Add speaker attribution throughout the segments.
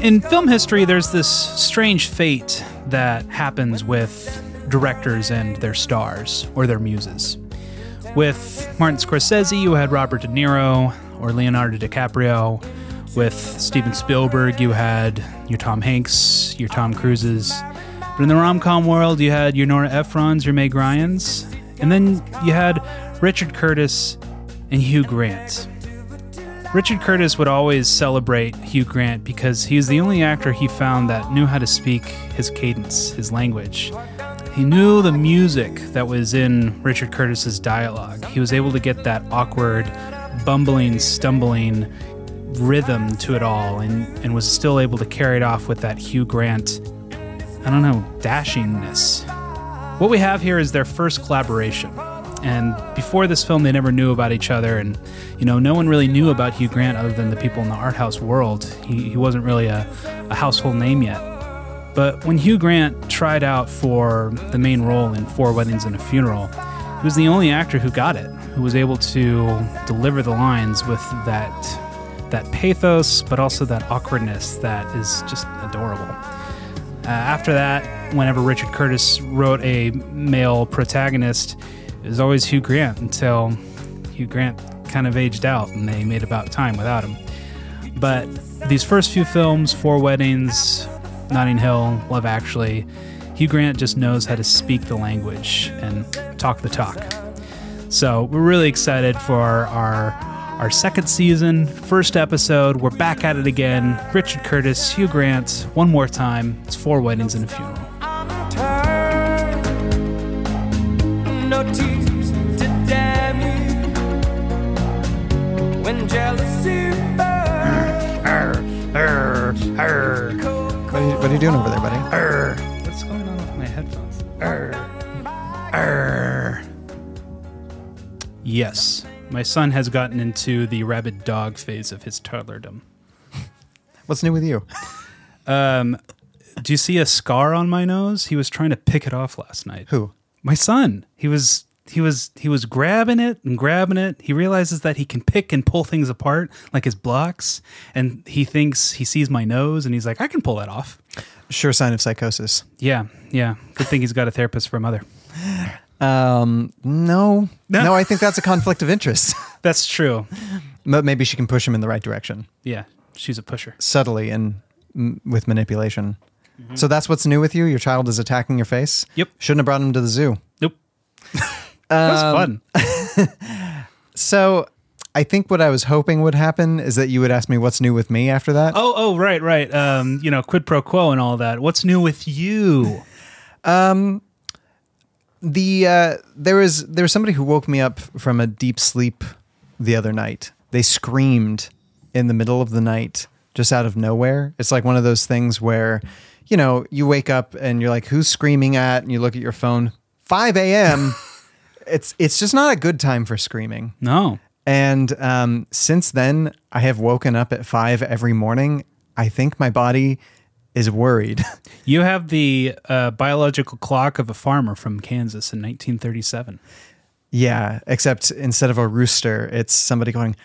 Speaker 1: in film history, there's this strange fate that happens with directors and their stars or their muses. With Martin Scorsese, you had Robert De Niro or Leonardo DiCaprio. With Steven Spielberg, you had your Tom Hanks, your Tom Cruises. But in the rom com world, you had your Nora Ephron's, your Meg Ryan's. And then you had Richard Curtis and Hugh Grant. Richard Curtis would always celebrate Hugh Grant because he was the only actor he found that knew how to speak his cadence, his language. He knew the music that was in Richard Curtis's dialogue. He was able to get that awkward, bumbling, stumbling rhythm to it all and, and was still able to carry it off with that Hugh Grant, I don't know, dashingness. What we have here is their first collaboration and before this film they never knew about each other and you know no one really knew about hugh grant other than the people in the art house world he, he wasn't really a, a household name yet but when hugh grant tried out for the main role in four weddings and a funeral he was the only actor who got it who was able to deliver the lines with that that pathos but also that awkwardness that is just adorable uh, after that whenever richard curtis wrote a male protagonist it was always Hugh Grant until Hugh Grant kind of aged out and they made about time without him. But these first few films, Four Weddings, Notting Hill, Love Actually, Hugh Grant just knows how to speak the language and talk the talk. So we're really excited for our our second season, first episode. We're back at it again. Richard Curtis, Hugh Grant, one more time. It's four weddings and a funeral.
Speaker 2: no tears to damn you when jealousy burns.
Speaker 3: What are you, what are you doing over there, buddy?
Speaker 1: What's going on with my headphones? Yes, my son has gotten into the rabid dog phase of his toddlerdom.
Speaker 3: What's new with you?
Speaker 1: Do you see a scar on my nose? He was trying to pick it off last night.
Speaker 3: Who?
Speaker 1: My son. He was he was he was grabbing it and grabbing it. He realizes that he can pick and pull things apart like his blocks and he thinks he sees my nose and he's like, "I can pull that off."
Speaker 3: Sure sign of psychosis.
Speaker 1: Yeah. Yeah. Good thing he's got a therapist for a mother.
Speaker 3: Um, no,
Speaker 1: No.
Speaker 3: no, I think that's a conflict of interest.
Speaker 1: That's true.
Speaker 3: but maybe she can push him in the right direction
Speaker 1: Yeah. She's a pusher.
Speaker 3: subtly and m- with manipulation. So that's what's new with you. Your child is attacking your face.
Speaker 1: Yep.
Speaker 3: Shouldn't have brought him to the zoo.
Speaker 1: Nope. that was fun.
Speaker 3: So I think what I was hoping would happen is that you would ask me what's new with me after that.
Speaker 1: Oh, oh, right, right. Um, you know, quid pro quo and all that. What's new with you?
Speaker 3: Um, the uh, there was there was somebody who woke me up from a deep sleep the other night. They screamed in the middle of the night, just out of nowhere. It's like one of those things where, you know, you wake up and you're like, "Who's screaming at?" And you look at your phone, five a.m. it's it's just not a good time for screaming.
Speaker 1: No.
Speaker 3: And um, since then, I have woken up at five every morning. I think my body is worried.
Speaker 1: You have the uh, biological clock of a farmer from Kansas in 1937.
Speaker 3: yeah, except instead of a rooster, it's somebody going.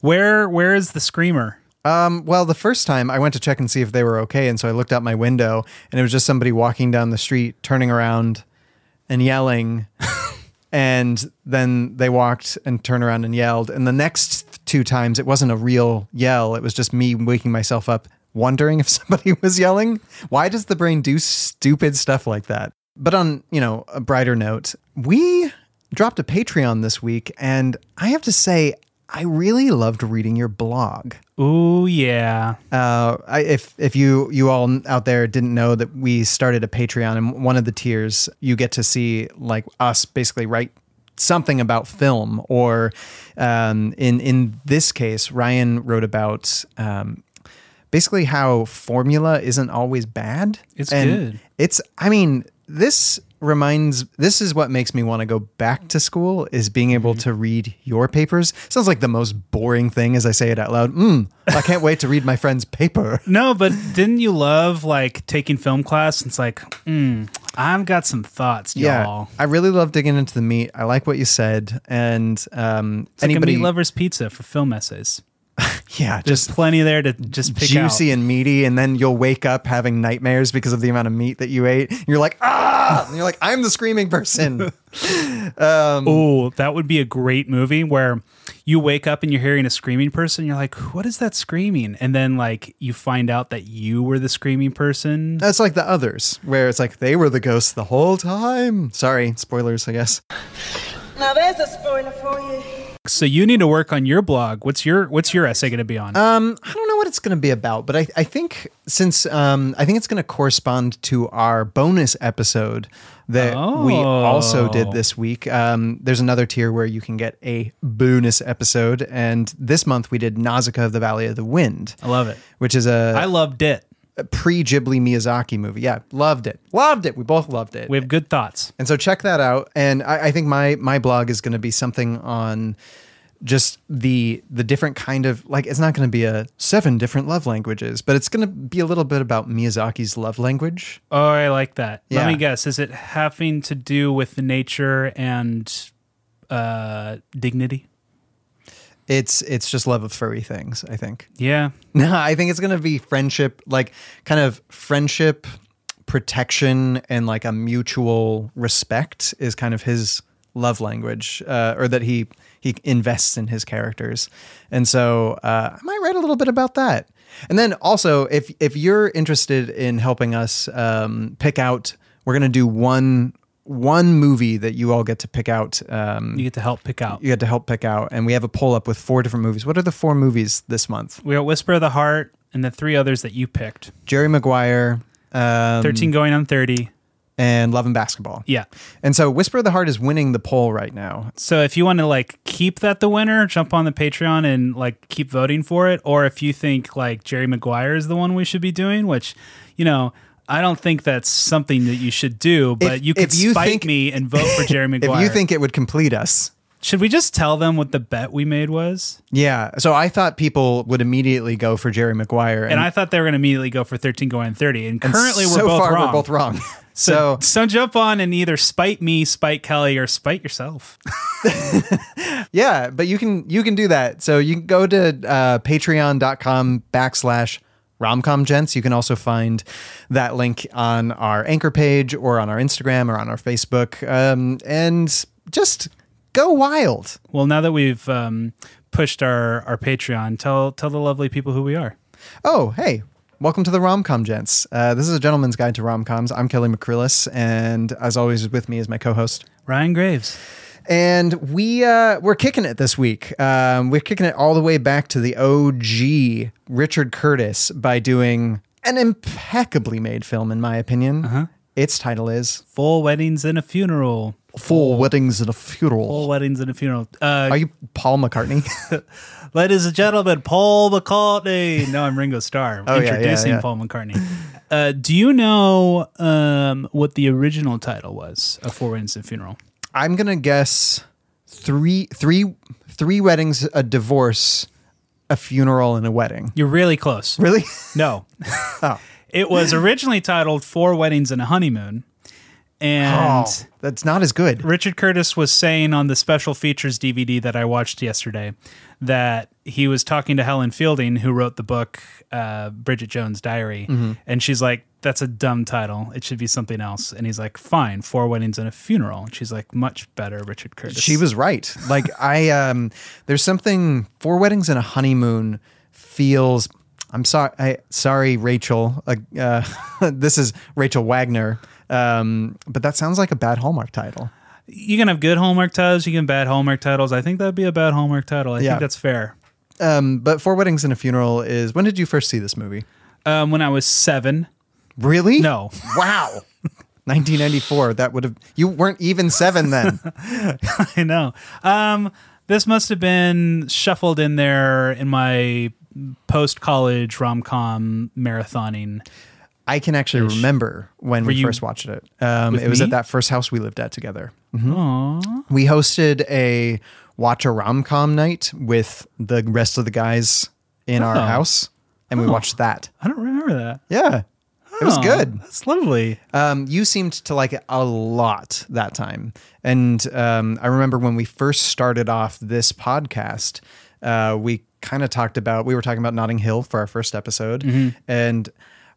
Speaker 1: Where where is the screamer?
Speaker 3: Um, well, the first time I went to check and see if they were okay, and so I looked out my window, and it was just somebody walking down the street, turning around and yelling, and then they walked and turned around and yelled. And the next two times, it wasn't a real yell; it was just me waking myself up, wondering if somebody was yelling. Why does the brain do stupid stuff like that? But on you know a brighter note, we dropped a Patreon this week, and I have to say. I really loved reading your blog.
Speaker 1: Oh yeah.
Speaker 3: Uh, I, if if you you all out there didn't know that we started a Patreon and one of the tiers you get to see like us basically write something about film or um, in in this case Ryan wrote about um, basically how formula isn't always bad.
Speaker 1: It's
Speaker 3: And
Speaker 1: good.
Speaker 3: It's I mean this reminds this is what makes me want to go back to school is being able
Speaker 1: Mm-hmm.
Speaker 3: to read your papers sounds like the most boring thing as i say it out loud mm, i can't wait to read my friend's paper
Speaker 1: No, but didn't you love like taking film class? It's like, mm, I've got some thoughts, y'all.
Speaker 3: i really love digging into the meat i like what you said and um
Speaker 1: It's like a
Speaker 3: anybody
Speaker 1: meat lover's pizza for film essays.
Speaker 3: Yeah,
Speaker 1: There's
Speaker 3: just
Speaker 1: plenty there to just pick
Speaker 3: juicy
Speaker 1: out.
Speaker 3: and meaty, and then you'll wake up having nightmares because of the amount of meat that you ate. And you're like, ah! And you're like, I'm the screaming person.
Speaker 1: Oh, that would be a great movie where you wake up and you're hearing a screaming person. You're like, what is that screaming? And then like you find out that you were the screaming person.
Speaker 3: That's like the others, where it's like they were the ghosts the whole time. Sorry, spoilers, I guess.
Speaker 4: Now there's a spoiler for you.
Speaker 1: So you need to work on your blog. What's your what's your essay going to be on?
Speaker 3: I don't know what it's going to be about, but I, I think since um, I think it's going to correspond to our bonus episode that we also
Speaker 1: Oh.
Speaker 3: did this week. Um, there's another tier where you can get a bonus episode, and this month we did Nausicaa of the Valley of the Wind,
Speaker 1: I love it.
Speaker 3: which is
Speaker 1: I
Speaker 3: a
Speaker 1: loved it.
Speaker 3: pre Ghibli Miyazaki movie. Yeah, loved it, loved it. We both loved it.
Speaker 1: We have good thoughts.
Speaker 3: And so check that out. And I, I think my my blog is going to be something on just the the different kind of like it's not going to be a seven different love languages, but it's going to be a little bit about Miyazaki's love language.
Speaker 1: Oh, I like that. Let
Speaker 3: Yeah.
Speaker 1: me guess. Is it having to do with nature and uh, dignity?
Speaker 3: It's it's just love of furry things. I think.
Speaker 1: Yeah.
Speaker 3: No, I think it's going to be friendship, like kind of friendship protection and like a mutual respect is kind of his love language uh, or that he he invests in his characters. And so uh, I might write a little bit about that. And then also if if you're interested in helping us um, pick out we're going to do one one movie that you all get to pick out um,
Speaker 1: You get to help pick out.
Speaker 3: you get to help pick out and we have a poll up with four different movies. What are the four movies this month?
Speaker 1: We got Whisper of the Heart and the three others that you picked.
Speaker 3: Jerry Maguire, um,
Speaker 1: 13 going on 30.
Speaker 3: and Love and Basketball.
Speaker 1: Yeah.
Speaker 3: And so Whisper of the Heart is winning the poll right now.
Speaker 1: So if you want to like keep that the winner, jump on the Patreon and like keep voting for it. Or if you think like Jerry Maguire is the one we should be doing, which, you know, I don't think that's something that you should do, but
Speaker 3: If-
Speaker 1: you could
Speaker 3: if you
Speaker 1: spite
Speaker 3: think-
Speaker 1: me and vote for Jerry
Speaker 3: If
Speaker 1: Maguire.
Speaker 3: you think it would complete us.
Speaker 1: should we just tell them what the bet we made was?
Speaker 3: Yeah. So I thought people would immediately go for Jerry Maguire.
Speaker 1: And I thought they were going to immediately go for 13 going on 30. And
Speaker 3: Mm. and
Speaker 1: currently
Speaker 3: so
Speaker 1: we're, both
Speaker 3: far,
Speaker 1: wrong.
Speaker 3: we're both wrong. So
Speaker 1: so jump on and either spite me, spite Kelly, or spite yourself.
Speaker 3: yeah, but you can you can do that. So you can go to uh, patreon.com backslash romcom gents. You can also find that link on our anchor page or on our Instagram or on our Facebook. Um, and just go wild.
Speaker 1: Well, now that we've um, pushed our, our Patreon, tell tell the lovely people who we are.
Speaker 3: Oh, hey. Welcome to the Romcom Gents. Uh, this is a gentleman's guide to romcoms. I'm Kelly McCrillis, and as always, with me is my co-host.
Speaker 1: Ryan Graves.
Speaker 3: And we uh, we're kicking it this week. Um, we're kicking it all the way back to the OG Richard Curtis by doing an impeccably made film, in my opinion. Its title is
Speaker 1: Full weddings and a funeral.
Speaker 3: Full Weddings and a
Speaker 1: Full
Speaker 3: Funeral.
Speaker 1: weddings and a funeral. Uh,
Speaker 3: Are you Paul McCartney?
Speaker 1: ladies and gentlemen, Paul McCartney. No, I'm Ringo Starr.
Speaker 3: Oh, yeah, yeah,
Speaker 1: introducing
Speaker 3: yeah.
Speaker 1: Paul McCartney. Uh, do you know um, what the original title was of Four Weddings and a Funeral?
Speaker 3: I'm gonna guess three three three weddings, a divorce, a funeral, and a wedding.
Speaker 1: You're really close.
Speaker 3: Really?
Speaker 1: No.
Speaker 3: Oh.
Speaker 1: It was originally titled Four Weddings and a Honeymoon. And
Speaker 3: Oh, that's not as good.
Speaker 1: Richard Curtis was saying on the special features DVD that I watched yesterday that he was talking to Helen Fielding, who wrote the book uh, Bridget Jones' Diary,
Speaker 3: Mm-hmm.
Speaker 1: and she's like, "That's a dumb title. It should be something else." And he's like, "Fine, four weddings and a funeral." And she's like, "Much better, Richard Curtis."
Speaker 3: She was right. Like I um there's something four weddings and a honeymoon feels I'm sorry I sorry Rachel uh, uh, this is Rachel Wagner um but that sounds like a bad Hallmark title.
Speaker 1: You can have good homework titles. You can have bad homework titles. I think that'd be a bad homework title. I
Speaker 3: Yeah.
Speaker 1: think that's fair.
Speaker 3: Um but four weddings and a funeral is when did you first see this movie?
Speaker 1: Um, when I was seven,
Speaker 3: Really?
Speaker 1: no,
Speaker 3: Wow. 1994 that would have you weren't even 7 then.
Speaker 1: I know. Um, this must have been shuffled in there in my post college rom com marathoning.
Speaker 3: I can actually remember when we
Speaker 1: you
Speaker 3: first watched it. Um,
Speaker 1: with
Speaker 3: it was
Speaker 1: me? Mm-hmm.
Speaker 3: at that first house we lived at together. Mhm. We hosted a watch a rom com night with the rest of the guys in our
Speaker 1: Oh.
Speaker 3: house, and we watched that.
Speaker 1: I don't remember that.
Speaker 3: Yeah, it was
Speaker 1: Oh,
Speaker 3: good.
Speaker 1: That's lovely.
Speaker 3: Um, you seemed to like it a lot that time, and um, I remember when we first started off this podcast, uh, we kind of talked about we were talking about Notting Hill for our first episode,
Speaker 1: Mm-hmm.
Speaker 3: and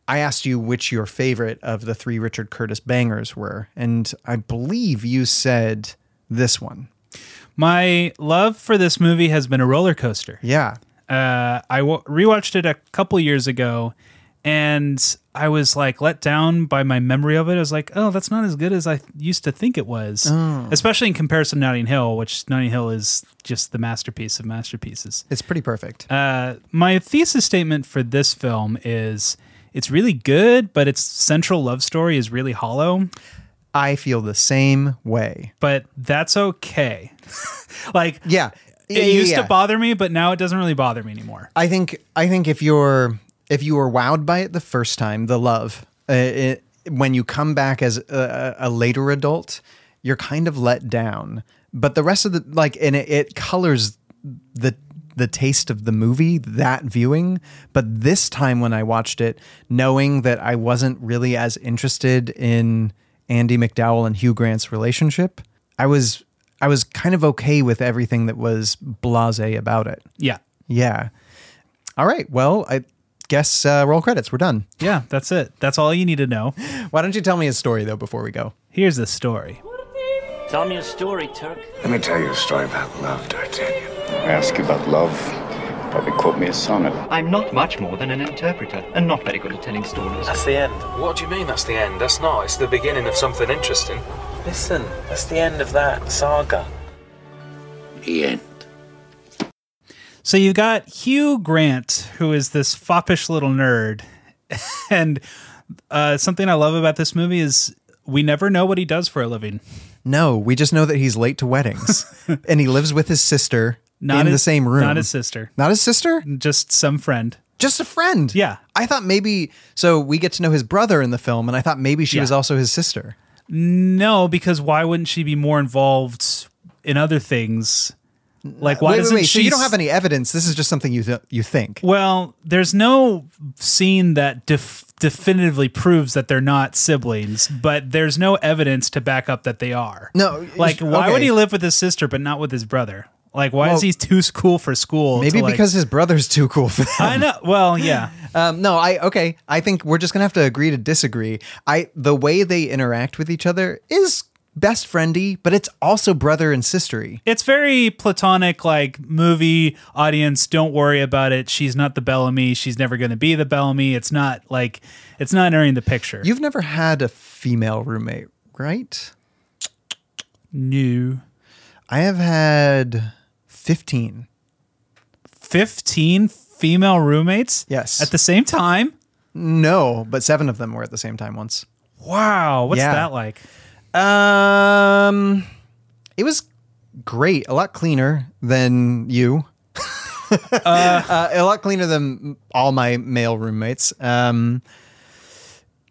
Speaker 3: I asked you which your favorite of the three Richard Curtis bangers were, and I believe you said this one.
Speaker 1: My love for this movie has been a roller coaster.
Speaker 3: Yeah,
Speaker 1: uh, I w- rewatched it a couple years ago, and I was like let down by my memory of it. I was like, oh, that's not as good as I th- used to think it was, especially in comparison to Notting Hill, which Notting Hill is just the masterpiece of masterpieces.
Speaker 3: it's pretty perfect.
Speaker 1: Uh, my thesis statement for this film is. It's really good, but its central love story is really hollow.
Speaker 3: I feel the same way.
Speaker 1: But that's okay. like,
Speaker 3: Yeah,
Speaker 1: it used to bother me, but now it doesn't really bother me anymore.
Speaker 3: I think I think if you're if you were wowed by it the first time, the love, uh, it, when you come back as a, a a later adult, you're kind of let down. But the rest of the like, and it, it colors the the taste of the movie that viewing. But this time when I watched it, knowing that I wasn't really as interested in Andy McDowell and Hugh Grant's relationship, I was I was kind of okay with everything that was blasé about it.
Speaker 1: Yeah.
Speaker 3: Yeah. All right. Well, I guess uh, roll credits. We're done.
Speaker 1: Yeah, that's it. That's all you need to know.
Speaker 3: Why don't you tell me his story though before we go?
Speaker 1: Here's the story.
Speaker 5: Tell me a story, Turk.
Speaker 6: Let me tell you a story about love, D'Artagnan.
Speaker 7: I ask you about love, you probably quote me a sonnet.
Speaker 8: I'm not much more than an interpreter and not very good at telling stories.
Speaker 9: That's the end.
Speaker 10: What do you mean that's the end? That's not. It's the beginning of something interesting.
Speaker 9: Listen, that's the end of that saga.
Speaker 7: The end.
Speaker 1: So you've got Hugh Grant, who is this foppish little nerd. And uh, something I love about this movie is we never know what he does for a living.
Speaker 3: No, we just know that he's late to weddings and he lives with his sister
Speaker 1: Not
Speaker 3: in the
Speaker 1: his-
Speaker 3: same room.
Speaker 1: Not his sister,
Speaker 3: Not his sister?
Speaker 1: just some friend.
Speaker 3: Just a friend.
Speaker 1: Yeah.
Speaker 3: I thought maybe so we get to know his brother in the film and I thought maybe she
Speaker 1: Yeah.
Speaker 3: was also his sister.
Speaker 1: No, because why wouldn't she be more involved in other things? Like, why
Speaker 3: wait, wait,
Speaker 1: doesn't
Speaker 3: wait.
Speaker 1: she?
Speaker 3: So you don't
Speaker 1: s-
Speaker 3: have any evidence. This is just something you th- you think.
Speaker 1: Well, there's no scene that def- definitively proves that they're not siblings, but there's no evidence to back up that they are.
Speaker 3: No,
Speaker 1: like
Speaker 3: y-
Speaker 1: why would
Speaker 3: okay.
Speaker 1: he live with his sister but not with his brother? Like why
Speaker 3: Well,
Speaker 1: is he too cool for school?
Speaker 3: Maybe
Speaker 1: to, like-
Speaker 3: because his brother's too cool for that.
Speaker 1: I know. Well, yeah,
Speaker 3: Um, no, I okay. I think we're just gonna have to agree to disagree. I the way they interact with each other is best friendy, but it's also brother and sistery.
Speaker 1: it's very platonic. Like movie audience, don't worry about it. She's not the Bellamy. She's never going to be the Bellamy. It's not like it's not entering the picture.
Speaker 3: You've never had a female roommate, right?
Speaker 1: knew
Speaker 3: I have had fifteen.
Speaker 1: fifteen female roommates.
Speaker 3: Yes.
Speaker 1: at the same time.
Speaker 3: No, but seven of them were at the same time once.
Speaker 1: Wow, what's
Speaker 3: Yeah.
Speaker 1: that like?
Speaker 3: Um, it was great. A lot cleaner than you. uh, a lot cleaner than all my male roommates. Um,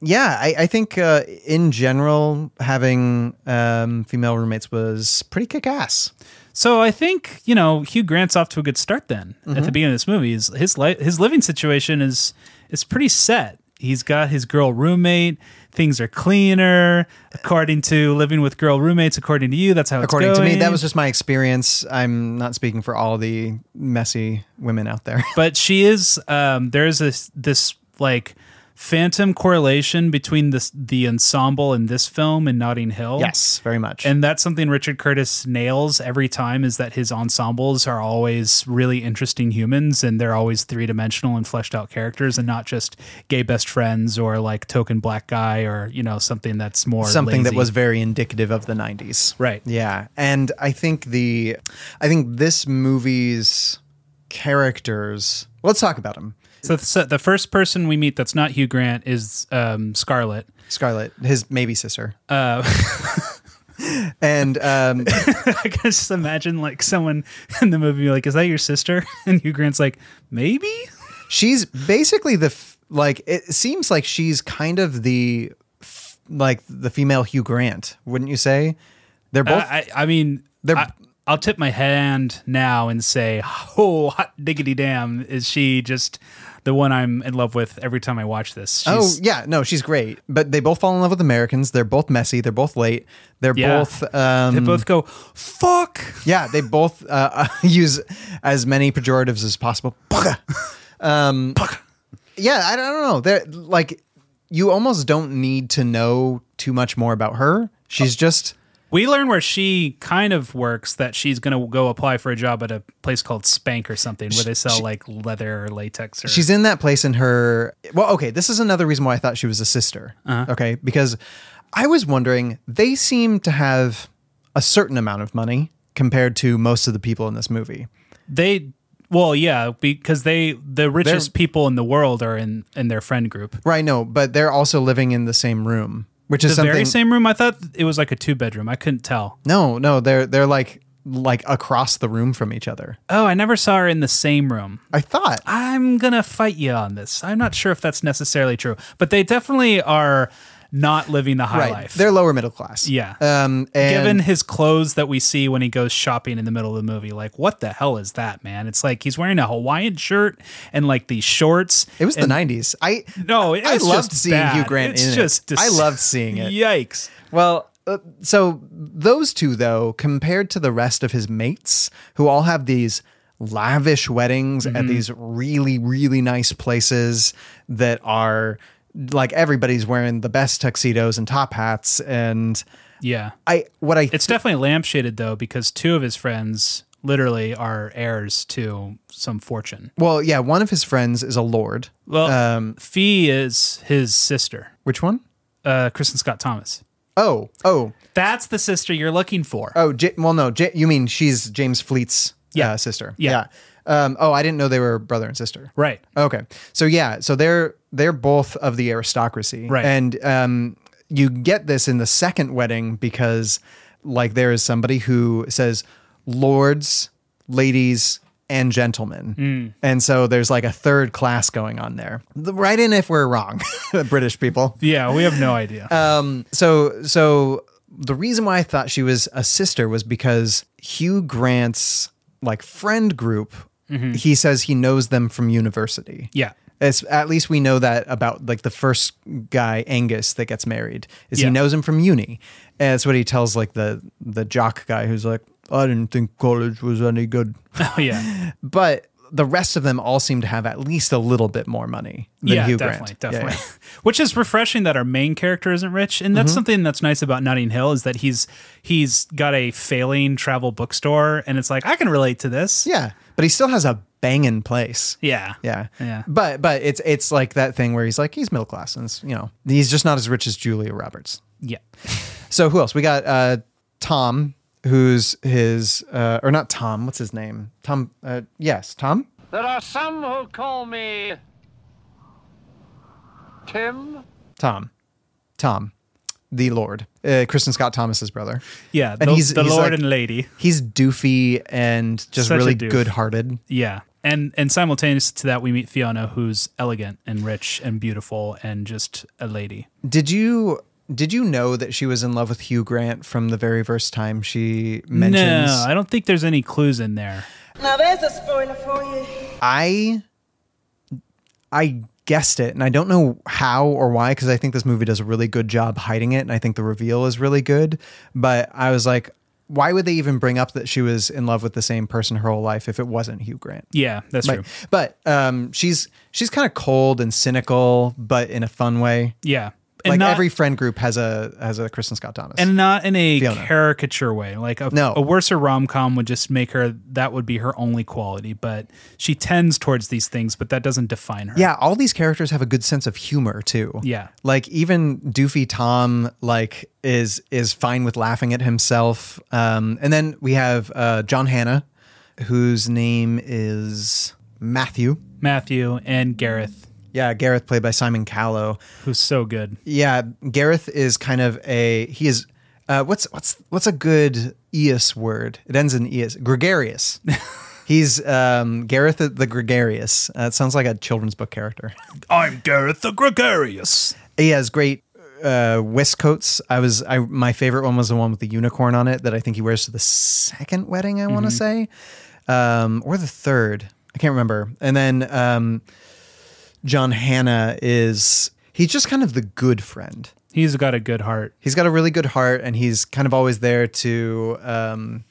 Speaker 3: yeah, I, I think uh, in general having um, female roommates was pretty kick ass.
Speaker 1: So I think you know Hugh Grant's off to a good start. Then
Speaker 3: Mm-hmm.
Speaker 1: at the beginning of this movie, his his, li- his living situation is is pretty set. He's got his girl roommate. Things are cleaner, according to living with girl roommates. According to you, that's how.
Speaker 3: According
Speaker 1: it's
Speaker 3: to me,
Speaker 1: going.
Speaker 3: that was just my experience. I'm not speaking for all the messy women out there.
Speaker 1: but she is um there's this this like phantom correlation between this the ensemble in this film and Notting Hill.
Speaker 3: yes, very much.
Speaker 1: And that's something Richard Curtis nails every time is that his ensembles are always really interesting humans and they're always three dimensional and fleshed out characters and not just gay best friends or like token black guy or, you know, something that's more
Speaker 3: something that
Speaker 1: lazy.
Speaker 3: was very indicative of the 90s
Speaker 1: Right.
Speaker 3: yeah and i think the i think this movie's characters let's talk about them
Speaker 1: So, so the first person we meet that's not Hugh Grant is um, Scarlett.
Speaker 3: scarlett his maybe sister uh and um
Speaker 1: I can just imagine like someone in the movie be like, "Is that your sister?" And Hugh Grant's like, "Maybe."
Speaker 3: she's basically the f- like it seems like she's kind of the f- like the female hugh grant wouldn't you say they're both
Speaker 1: Uh, I, I I mean,
Speaker 3: They're-
Speaker 1: I, will tip my hand now and say, "Oh, hot diggity damn!" Is she just the one I'm in love with every time I watch this.
Speaker 3: Oh
Speaker 1: She's-
Speaker 3: yeah, no, she's great. But they both fall in love with Americans. They're both messy. They're both late. They're
Speaker 1: Yeah.
Speaker 3: both. Um,
Speaker 1: They both go, fuck.
Speaker 3: Yeah, they both uh, use as many pejoratives as possible. Pugga. Um, yeah, I don't know. They're like, you almost don't need to know too much more about her. She's just
Speaker 1: We learn where she kind of works that she's going to go apply for a job at a place called Spank or something where they sell like leather or latex or.
Speaker 3: she's in that place in her. Well, okay, this is another reason why I thought she was a sister.
Speaker 1: Uh-huh.
Speaker 3: Okay, because I was wondering they seem to have a certain amount of money compared to most of the people in this movie.
Speaker 1: they. Well, yeah, because they the richest people in the world are in in their friend group.
Speaker 3: Right? No, but they're also living in the same room, which is
Speaker 1: The
Speaker 3: something
Speaker 1: very same room. I thought it was like a two bedroom. I couldn't tell.
Speaker 3: No, no, they're they're like like across the room from each other.
Speaker 1: Oh, I never saw her in the same room.
Speaker 3: I thought
Speaker 1: I'm gonna fight you on this. I'm not sure if that's necessarily true, but they definitely are not living the high
Speaker 3: right,
Speaker 1: life.
Speaker 3: they're lower middle class.
Speaker 1: Yeah.
Speaker 3: Um, and
Speaker 1: given his clothes that we see when he goes shopping in the middle of the movie like what the hell is that man it's like he's wearing a hawaiian shirt and like these shorts
Speaker 3: it was the
Speaker 1: and-
Speaker 3: nineties. I
Speaker 1: no it
Speaker 3: I
Speaker 1: was
Speaker 3: loved
Speaker 1: just
Speaker 3: seeing
Speaker 1: bad.
Speaker 3: Hugh Grant
Speaker 1: it's
Speaker 3: in
Speaker 1: just
Speaker 3: it. I loved seeing it.
Speaker 1: yikes
Speaker 3: Well, uh, so those two though, compared to the rest of his mates, who all have these lavish weddings
Speaker 1: Mm-hmm.
Speaker 3: at these really really nice places that are like everybody's wearing the best tuxedos and top hats and
Speaker 1: yeah
Speaker 3: I what I
Speaker 1: it's definitely lampshaded though because two of his friends literally are heirs to some fortune
Speaker 3: well yeah one of his friends is a lord
Speaker 1: well
Speaker 3: Um,
Speaker 1: fee is his sister
Speaker 3: which one
Speaker 1: uh kristen scott thomas
Speaker 3: Oh, oh,
Speaker 1: that's the sister you're looking for
Speaker 3: oh. J- well, no. J- you mean she's James Fleet's
Speaker 1: Yeah.
Speaker 3: uh, sister?
Speaker 1: Yeah.
Speaker 3: Yeah. Um, oh, I didn't know they were brother and sister.
Speaker 1: right
Speaker 3: Okay. So yeah. So they're they're both of the aristocracy.
Speaker 1: Right.
Speaker 3: And um, you get this in the second wedding because like there is somebody who says lords, ladies. And gentlemen,
Speaker 1: Hmm.
Speaker 3: and so there's like a third class going on there. Right in if we're wrong, British people.
Speaker 1: yeah we have no idea
Speaker 3: Uh, So so the reason why I thought she was a sister was because Hugh Grant's like friend group, he says he knows them from university.
Speaker 1: Mm-hmm. yeah
Speaker 3: It's, at least we know that about like the first guy Angus that gets married is
Speaker 1: Yeah.
Speaker 3: he knows him from uni. And that's what he tells like the the jock guy who's like I didn't think college was any good.
Speaker 1: oh yeah
Speaker 3: but the rest of them all seem to have at least a little bit more money than
Speaker 1: yeah,
Speaker 3: Hugh
Speaker 1: definitely,
Speaker 3: Grant. Yeah,
Speaker 1: definitely.
Speaker 3: yeah.
Speaker 1: Which is refreshing that our main character isn't rich, and
Speaker 3: Mm-hmm.
Speaker 1: that's something that's nice about Notting Hill is that he's he's got a failing travel bookstore, and it's like I can relate to this.
Speaker 3: Yeah, but he still has a banging place.
Speaker 1: yeah,
Speaker 3: Yeah.
Speaker 1: yeah.
Speaker 3: But but it's it's like that thing where he's like he's middle class and it's, you know he's just not as rich as Julia Roberts.
Speaker 1: Yeah.
Speaker 3: So who else? We got uh, Tom, who's his uh, or not Tom? What's his name? Tom? Uh, yes, Tom.
Speaker 2: There are some who call me Tim.
Speaker 3: Tom. Tom. The Lord. Uh, Kristen Scott Thomas's brother.
Speaker 1: yeah.
Speaker 3: And
Speaker 1: the,
Speaker 3: he's-
Speaker 1: the
Speaker 3: he's
Speaker 1: Lord
Speaker 3: like-
Speaker 1: and Lady.
Speaker 3: He's doofy and just
Speaker 1: Such a
Speaker 3: really
Speaker 1: doof.
Speaker 3: good-hearted.
Speaker 1: Yeah. And and simultaneous to that, we meet Fiona, who's elegant and rich and beautiful and just a lady.
Speaker 3: Did you did you know that she was in love with Hugh Grant from the very first time she mentions
Speaker 1: No, I don't think there's any clues in there.
Speaker 4: Now there's a spoiler for you.
Speaker 3: I I guessed it and I don't know how or why because I think this movie does a really good job hiding it and I think the reveal is really good but I was like why would they even bring up that she was in love with the same person her whole life if it wasn't Hugh Grant?
Speaker 1: Yeah, that's
Speaker 3: Right.
Speaker 1: true.
Speaker 3: But um she's she's kind of cold and cynical but in a fun way.
Speaker 1: Yeah. And
Speaker 3: like
Speaker 1: not-
Speaker 3: every friend group has a has a Kristen Scott Thomas.
Speaker 1: and not in a
Speaker 3: Fiona.
Speaker 1: caricature way. Like a,
Speaker 3: No.
Speaker 1: a worser rom com would just make her that would be her only quality. But she tends towards these things, but that doesn't define her.
Speaker 3: Yeah, all these characters have a good sense of humor too.
Speaker 1: Yeah.
Speaker 3: Like even Doofy Tom like is is fine with laughing at himself. Um and then we have uh John Hannah whose name is Matthew.
Speaker 1: Matthew and Gareth,
Speaker 3: Yeah, Gareth played by Simon Callow.
Speaker 1: who's so good.
Speaker 3: Yeah, Gareth is kind of a he is uh what's what's what's a good eus word? It ends in eus. Gregarious. He's um, Gareth the Gregarious. Uh, it sounds like a children's book character.
Speaker 1: I'm Gareth the Gregarious.
Speaker 3: he has great uh waistcoats i was i my favorite one was the one with the unicorn on it that i think he wears to the second wedding i want to say um or the third i can't remember and then um John Hannah is he's just kind of the good friend.
Speaker 1: He's got a good heart.
Speaker 3: He's got a really good heart, and he's kind of always there to um,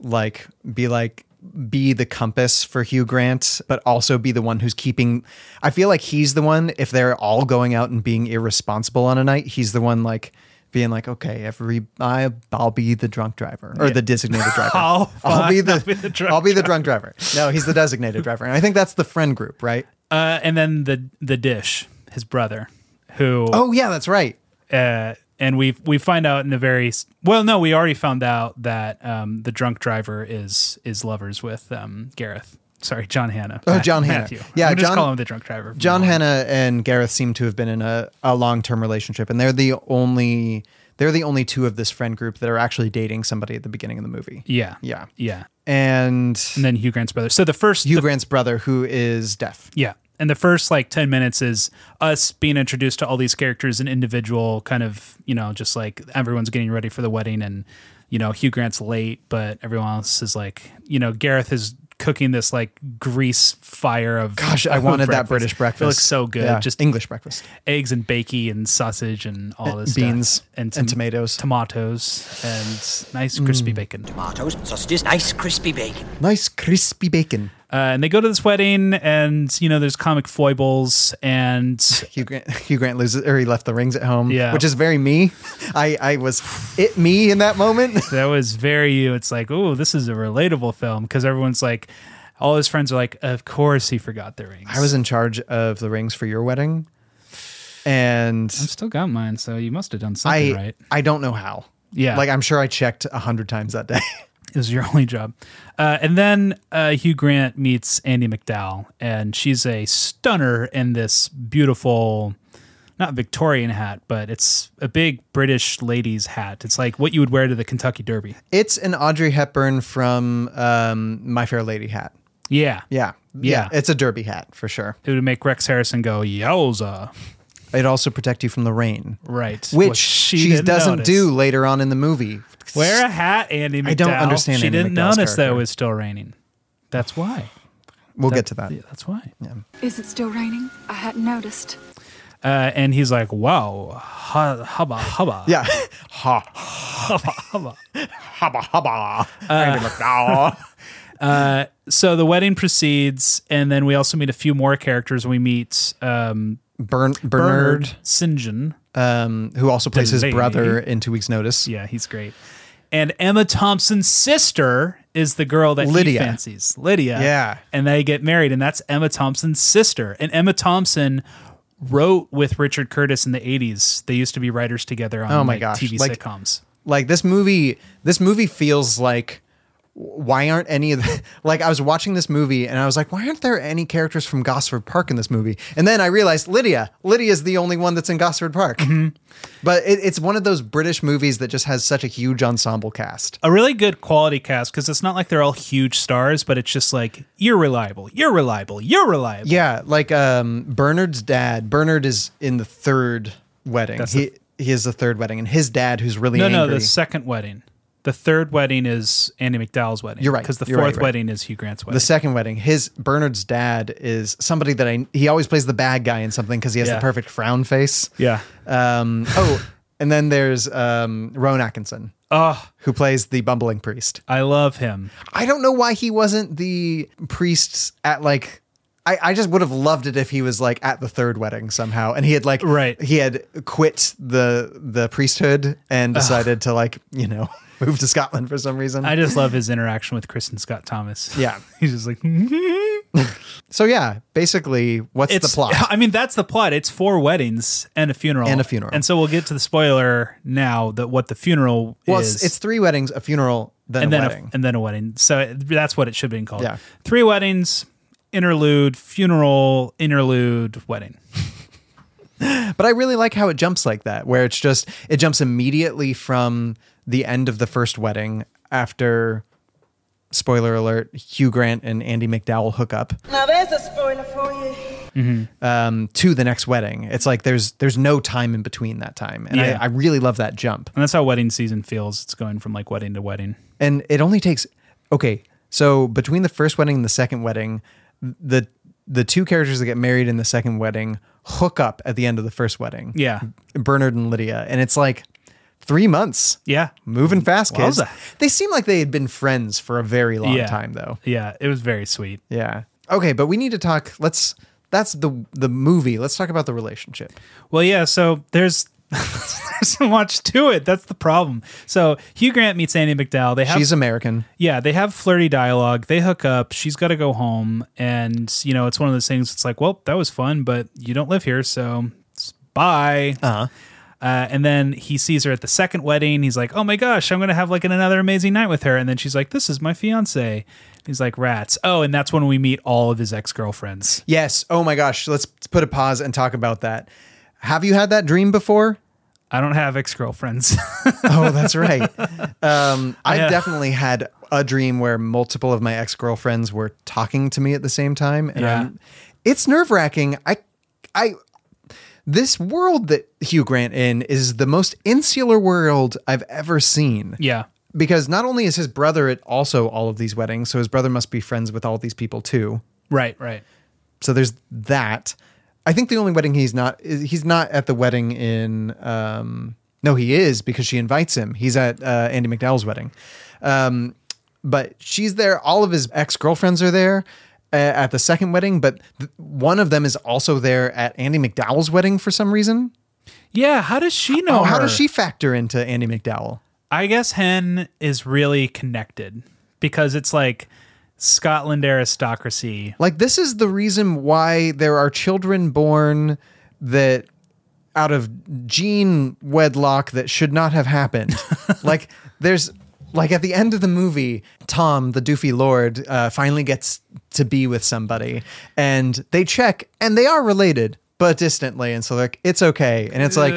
Speaker 3: like be like be the compass for Hugh Grant, but also be the one who's keeping. I feel like he's the one. If they're all going out and being irresponsible on a night, he's the one like being like, okay, every I, I'll be the drunk driver or the designated driver.
Speaker 1: I'll-
Speaker 3: I'll be the,
Speaker 1: I'll be the drunk
Speaker 3: I'll be the drunk driver. No, he's the designated driver, and I think that's the friend group, right?
Speaker 1: Uh, and then the the dish, his brother, who
Speaker 3: Oh yeah, that's right.
Speaker 1: uh, and we we find out in the very s- well, no, we already found out that um, the drunk driver is is lovers with um, Gareth. Sorry, John Hannah.
Speaker 3: Oh,
Speaker 1: Ma-
Speaker 3: John Hannah.
Speaker 1: Matthew.
Speaker 3: Yeah,
Speaker 1: I'm just
Speaker 3: John-
Speaker 1: call him the drunk driver. from
Speaker 3: John
Speaker 1: now on.
Speaker 3: Hannah and Gareth seem to have been in a, a long term relationship, and they're the only they're the only two of this friend group that are actually dating somebody at the beginning of the movie.
Speaker 1: Yeah,
Speaker 3: Yeah.
Speaker 1: yeah.
Speaker 3: And
Speaker 1: And then Hugh Grant's brother. So the first
Speaker 3: Hugh Grant's brother, who is deaf.
Speaker 1: Yeah. And the first like 10 minutes is us being introduced to all these characters and individual kind of, you know, just like everyone's getting ready for the wedding and, you know, Hugh Grant's late, but everyone else is like, you know, Gareth is cooking this like grease fire of
Speaker 3: Gosh, I
Speaker 1: of
Speaker 3: wanted that British breakfast.
Speaker 1: It looks so good.
Speaker 3: Yeah,
Speaker 1: Just
Speaker 3: English breakfast.
Speaker 1: eggs and bakey and sausage and all this stuff.
Speaker 3: beans and
Speaker 1: tom-
Speaker 3: tomatoes. Mm.
Speaker 1: tomatoes and nice crispy bacon. Uh,
Speaker 9: Tomatoes, sausages, nice crispy bacon.
Speaker 3: Nice crispy bacon.
Speaker 1: Uh, and they go to this wedding and, you know, there's comic foibles and
Speaker 3: Hugh Grant, Hugh Grant loses, or he left the rings at home.
Speaker 1: Yeah.
Speaker 3: which is very me. I, I was it me in that moment.
Speaker 1: that was very you. It's like, oh, this is a relatable film because everyone's like, all his friends are like, of course he forgot the rings.
Speaker 3: I was in charge of the rings for your wedding, and
Speaker 1: still got mine, so you must have done
Speaker 3: I
Speaker 1: something right.
Speaker 3: I don't know how.
Speaker 1: Yeah.
Speaker 3: like I'm sure I checked a hundred times that day.
Speaker 1: It was your only job. Uh, and then uh, Hugh Grant meets Andy McDowell, and she's a stunner in this beautiful, not Victorian hat, but it's a big British lady's hat. It's like what you would wear to the Kentucky Derby.
Speaker 3: it's an Audrey Hepburn from um, My Fair Lady hat.
Speaker 1: Yeah.
Speaker 3: Yeah.
Speaker 1: Yeah.
Speaker 3: it's a derby hat for sure.
Speaker 1: It would make Rex Harrison go, yowza.
Speaker 3: It'd also protect you from the rain,
Speaker 1: Right.
Speaker 3: which
Speaker 1: Well,
Speaker 3: she,
Speaker 1: didn't
Speaker 3: doesn't
Speaker 1: notice.
Speaker 3: do later on in the movie.
Speaker 1: Wear a hat, Andy McDowell.
Speaker 3: I don't understand
Speaker 1: She
Speaker 3: Andy
Speaker 1: didn't
Speaker 3: McDowell's
Speaker 1: notice that it
Speaker 3: character.
Speaker 1: was still raining. That's why.
Speaker 3: We'll get to that.
Speaker 1: Yeah, that's why.
Speaker 11: Is it still raining? I hadn't noticed.
Speaker 1: Uh, and he's like, "Wow, ha, hubba hubba."
Speaker 3: Yeah. ha. Hubba hubba. Andy McDowell.
Speaker 1: Uh, So the wedding proceeds, and then we also meet a few more characters. We meet um,
Speaker 3: Bern- Bernard,
Speaker 1: Bernard St. John.
Speaker 3: um, who also plays
Speaker 1: Delaney.
Speaker 3: his brother in Two Weeks' Notice.
Speaker 1: Yeah, he's great. And Emma Thompson's sister is the girl that he
Speaker 3: Lydia.
Speaker 1: fancies, Lydia.
Speaker 3: Yeah.
Speaker 1: And they get married, and that's Emma Thompson's sister. And Emma Thompson wrote with Richard Curtis in the 80s. They used to be writers together on
Speaker 3: Oh my
Speaker 1: like,
Speaker 3: gosh,
Speaker 1: TV
Speaker 3: like-
Speaker 1: sitcoms.
Speaker 3: like this movie this movie feels like why aren't any of the, like I was watching this movie and I was like, why aren't there any characters from Gosford Park in this movie? And then I realized Lydia, Lydia's the only one that's in Gosford Park.
Speaker 1: Mm-hmm.
Speaker 3: But it, it's one of those British movies that just has such a huge ensemble cast.
Speaker 1: A really good quality cast because it's not like they're all huge stars, but it's just like, you're reliable, you're reliable, you're reliable.
Speaker 3: Yeah, like um, Bernard's dad. Bernard is in the third wedding.
Speaker 1: That's
Speaker 3: he he is the third wedding, and his dad, who's really
Speaker 1: No, no,
Speaker 3: angry.
Speaker 1: the second wedding. The third wedding is Andy McDowell's wedding.
Speaker 3: You're right,
Speaker 1: Because the
Speaker 3: you're right,
Speaker 1: fourth
Speaker 3: you're right.
Speaker 1: wedding is Hugh Grant's wedding.
Speaker 3: the second wedding his bernard's dad is somebody that i he always plays the bad guy in something because he has
Speaker 1: Yeah.
Speaker 3: the perfect frown face
Speaker 1: yeah.
Speaker 3: um oh and then there's um roan atkinson
Speaker 1: Oh,
Speaker 3: who plays the bumbling priest
Speaker 1: I love him.
Speaker 3: i don't know why he wasn't the priest at like I, I just would have loved it if he was like at the third wedding somehow and he had like
Speaker 1: Right.
Speaker 3: he had quit the the priesthood and decided to like you know move to scotland for some reason
Speaker 1: I just love his interaction with Kristen Scott Thomas.
Speaker 3: Yeah.
Speaker 1: He's just like,
Speaker 3: so yeah basically what's
Speaker 1: it's
Speaker 3: the plot
Speaker 1: I mean, that's the plot. It's four weddings and a funeral.
Speaker 3: And a funeral.
Speaker 1: And so we'll get to the spoiler now that what the funeral
Speaker 3: Well,
Speaker 1: is.
Speaker 3: it's, it's three weddings, a funeral, then
Speaker 1: and
Speaker 3: a
Speaker 1: then
Speaker 3: wedding.
Speaker 1: A, and then a wedding. So it- that's what it should have been called.
Speaker 3: Yeah.
Speaker 1: Three weddings, interlude, funeral, interlude, wedding.
Speaker 3: but I really like how it jumps like that, where it's just it jumps immediately from the end of the first wedding after spoiler alert Hugh Grant and Andy McDowell hook up
Speaker 4: Now there's a spoiler for you.
Speaker 3: um, to the next wedding. It's like there's there's no time in between that time, and
Speaker 1: Yeah.
Speaker 3: I, I really love that jump.
Speaker 1: And that's how wedding season feels. It's going from like wedding to wedding.
Speaker 3: and it only takes okay so between the first wedding and the second wedding the the two characters that get married in the second wedding hook up at the end of the first wedding.
Speaker 1: Yeah.
Speaker 3: Bernard and Lydia, and it's like three months.
Speaker 1: Yeah.
Speaker 3: Moving fast, kids.
Speaker 1: Wowza.
Speaker 3: They seem like they had been friends for a very long
Speaker 1: yeah.
Speaker 3: time, though.
Speaker 1: Yeah. It was very sweet.
Speaker 3: Yeah. Okay, but we need to talk. Let's. That's the the movie. Let's talk about the relationship.
Speaker 1: Well, yeah. So there's there's so much to it. That's the problem. So Hugh Grant meets Annie McDowell. They have
Speaker 3: She's American.
Speaker 1: yeah, they have flirty dialogue. They hook up. She's got to go home, and you know it's one of those things. It's like, well, that was fun, but you don't live here, so s- bye.
Speaker 3: Uh-huh.
Speaker 1: Uh, and then he sees her at the second wedding. He's like, "Oh my gosh, I'm gonna have like an, another amazing night with her." And then she's like, "This is my fiance." He's like, "Rats." Oh, and that's when we meet all of his ex girlfriends.
Speaker 3: Yes. Oh my gosh. Let's put a pause and talk about that. Have you had that dream before?
Speaker 1: I don't have ex girlfriends.
Speaker 3: Oh, that's right. Um, I've
Speaker 1: Yeah.
Speaker 3: definitely had a dream where multiple of my ex girlfriends were talking to me at the same time, and
Speaker 1: Yeah.
Speaker 3: I'm, it's nerve wracking. I, I, this world that Hugh Grant in is the most insular world I've ever seen.
Speaker 1: yeah,
Speaker 3: Because not only is his brother at also all of these weddings, so his brother must be friends with all these people too.
Speaker 1: right, right.
Speaker 3: So there's that. I think the only wedding he's not is- he's not at the wedding in um no he is because she invites him. He's at uh, Andy McDowell's wedding. Um but she's there all of his ex-girlfriends are there uh, at the second wedding but th- one of them is also there at Andy McDowell's wedding for some reason.
Speaker 1: Yeah, how does she know?
Speaker 3: Oh, how
Speaker 1: her?
Speaker 3: does she factor into Andy McDowell?
Speaker 1: I guess Hen is really connected because it's like Scotland aristocracy.
Speaker 3: Like this is the reason why there are children born that out of gene wedlock that should not have happened. like there's like at the end of the movie, Tom, the doofy lord, uh, finally gets to be with somebody, and they check, and they are related, but distantly, and so like it's okay, and it's like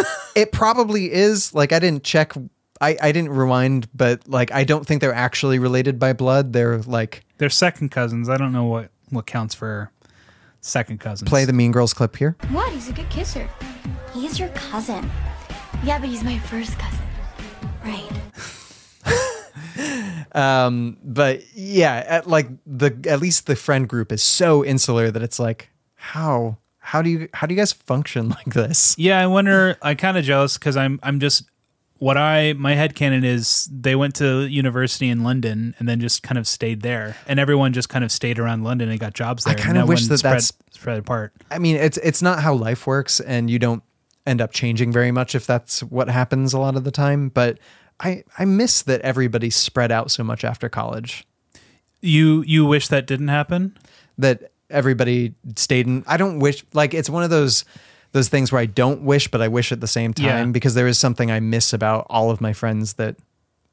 Speaker 3: it probably is. Like I didn't check, I I didn't rewind, but like I don't think they're actually related by blood. They're like
Speaker 1: They're second cousins. I don't know what what counts for second cousins.
Speaker 3: play the Mean Girls clip here.
Speaker 12: What? He's a good kisser. He's your cousin. Yeah, but he's my first cousin. Right.
Speaker 3: but yeah, at like the at least the friend group is so insular that it's like how how do you how do you guys function like this?
Speaker 1: Yeah, I wonder. I kind of jealous because I'm I'm just what I my headcanon is they went to university in London and then just kind of stayed there, and everyone just kind of stayed around London and got jobs there. and
Speaker 3: kinda
Speaker 1: no
Speaker 3: wish
Speaker 1: one
Speaker 3: that
Speaker 1: spread,
Speaker 3: that's-
Speaker 1: spread apart.
Speaker 3: I mean, it's it's not how life works, and you don't end up changing very much if that's what happens a lot of the time. But I I miss that everybody's spread out so much after college
Speaker 1: You you wish that didn't happen.
Speaker 3: that everybody stayed in. I don't wish like it's one of those those things where I don't wish, but I wish at the same time
Speaker 1: Yeah.
Speaker 3: because there is something I miss about all of my friends that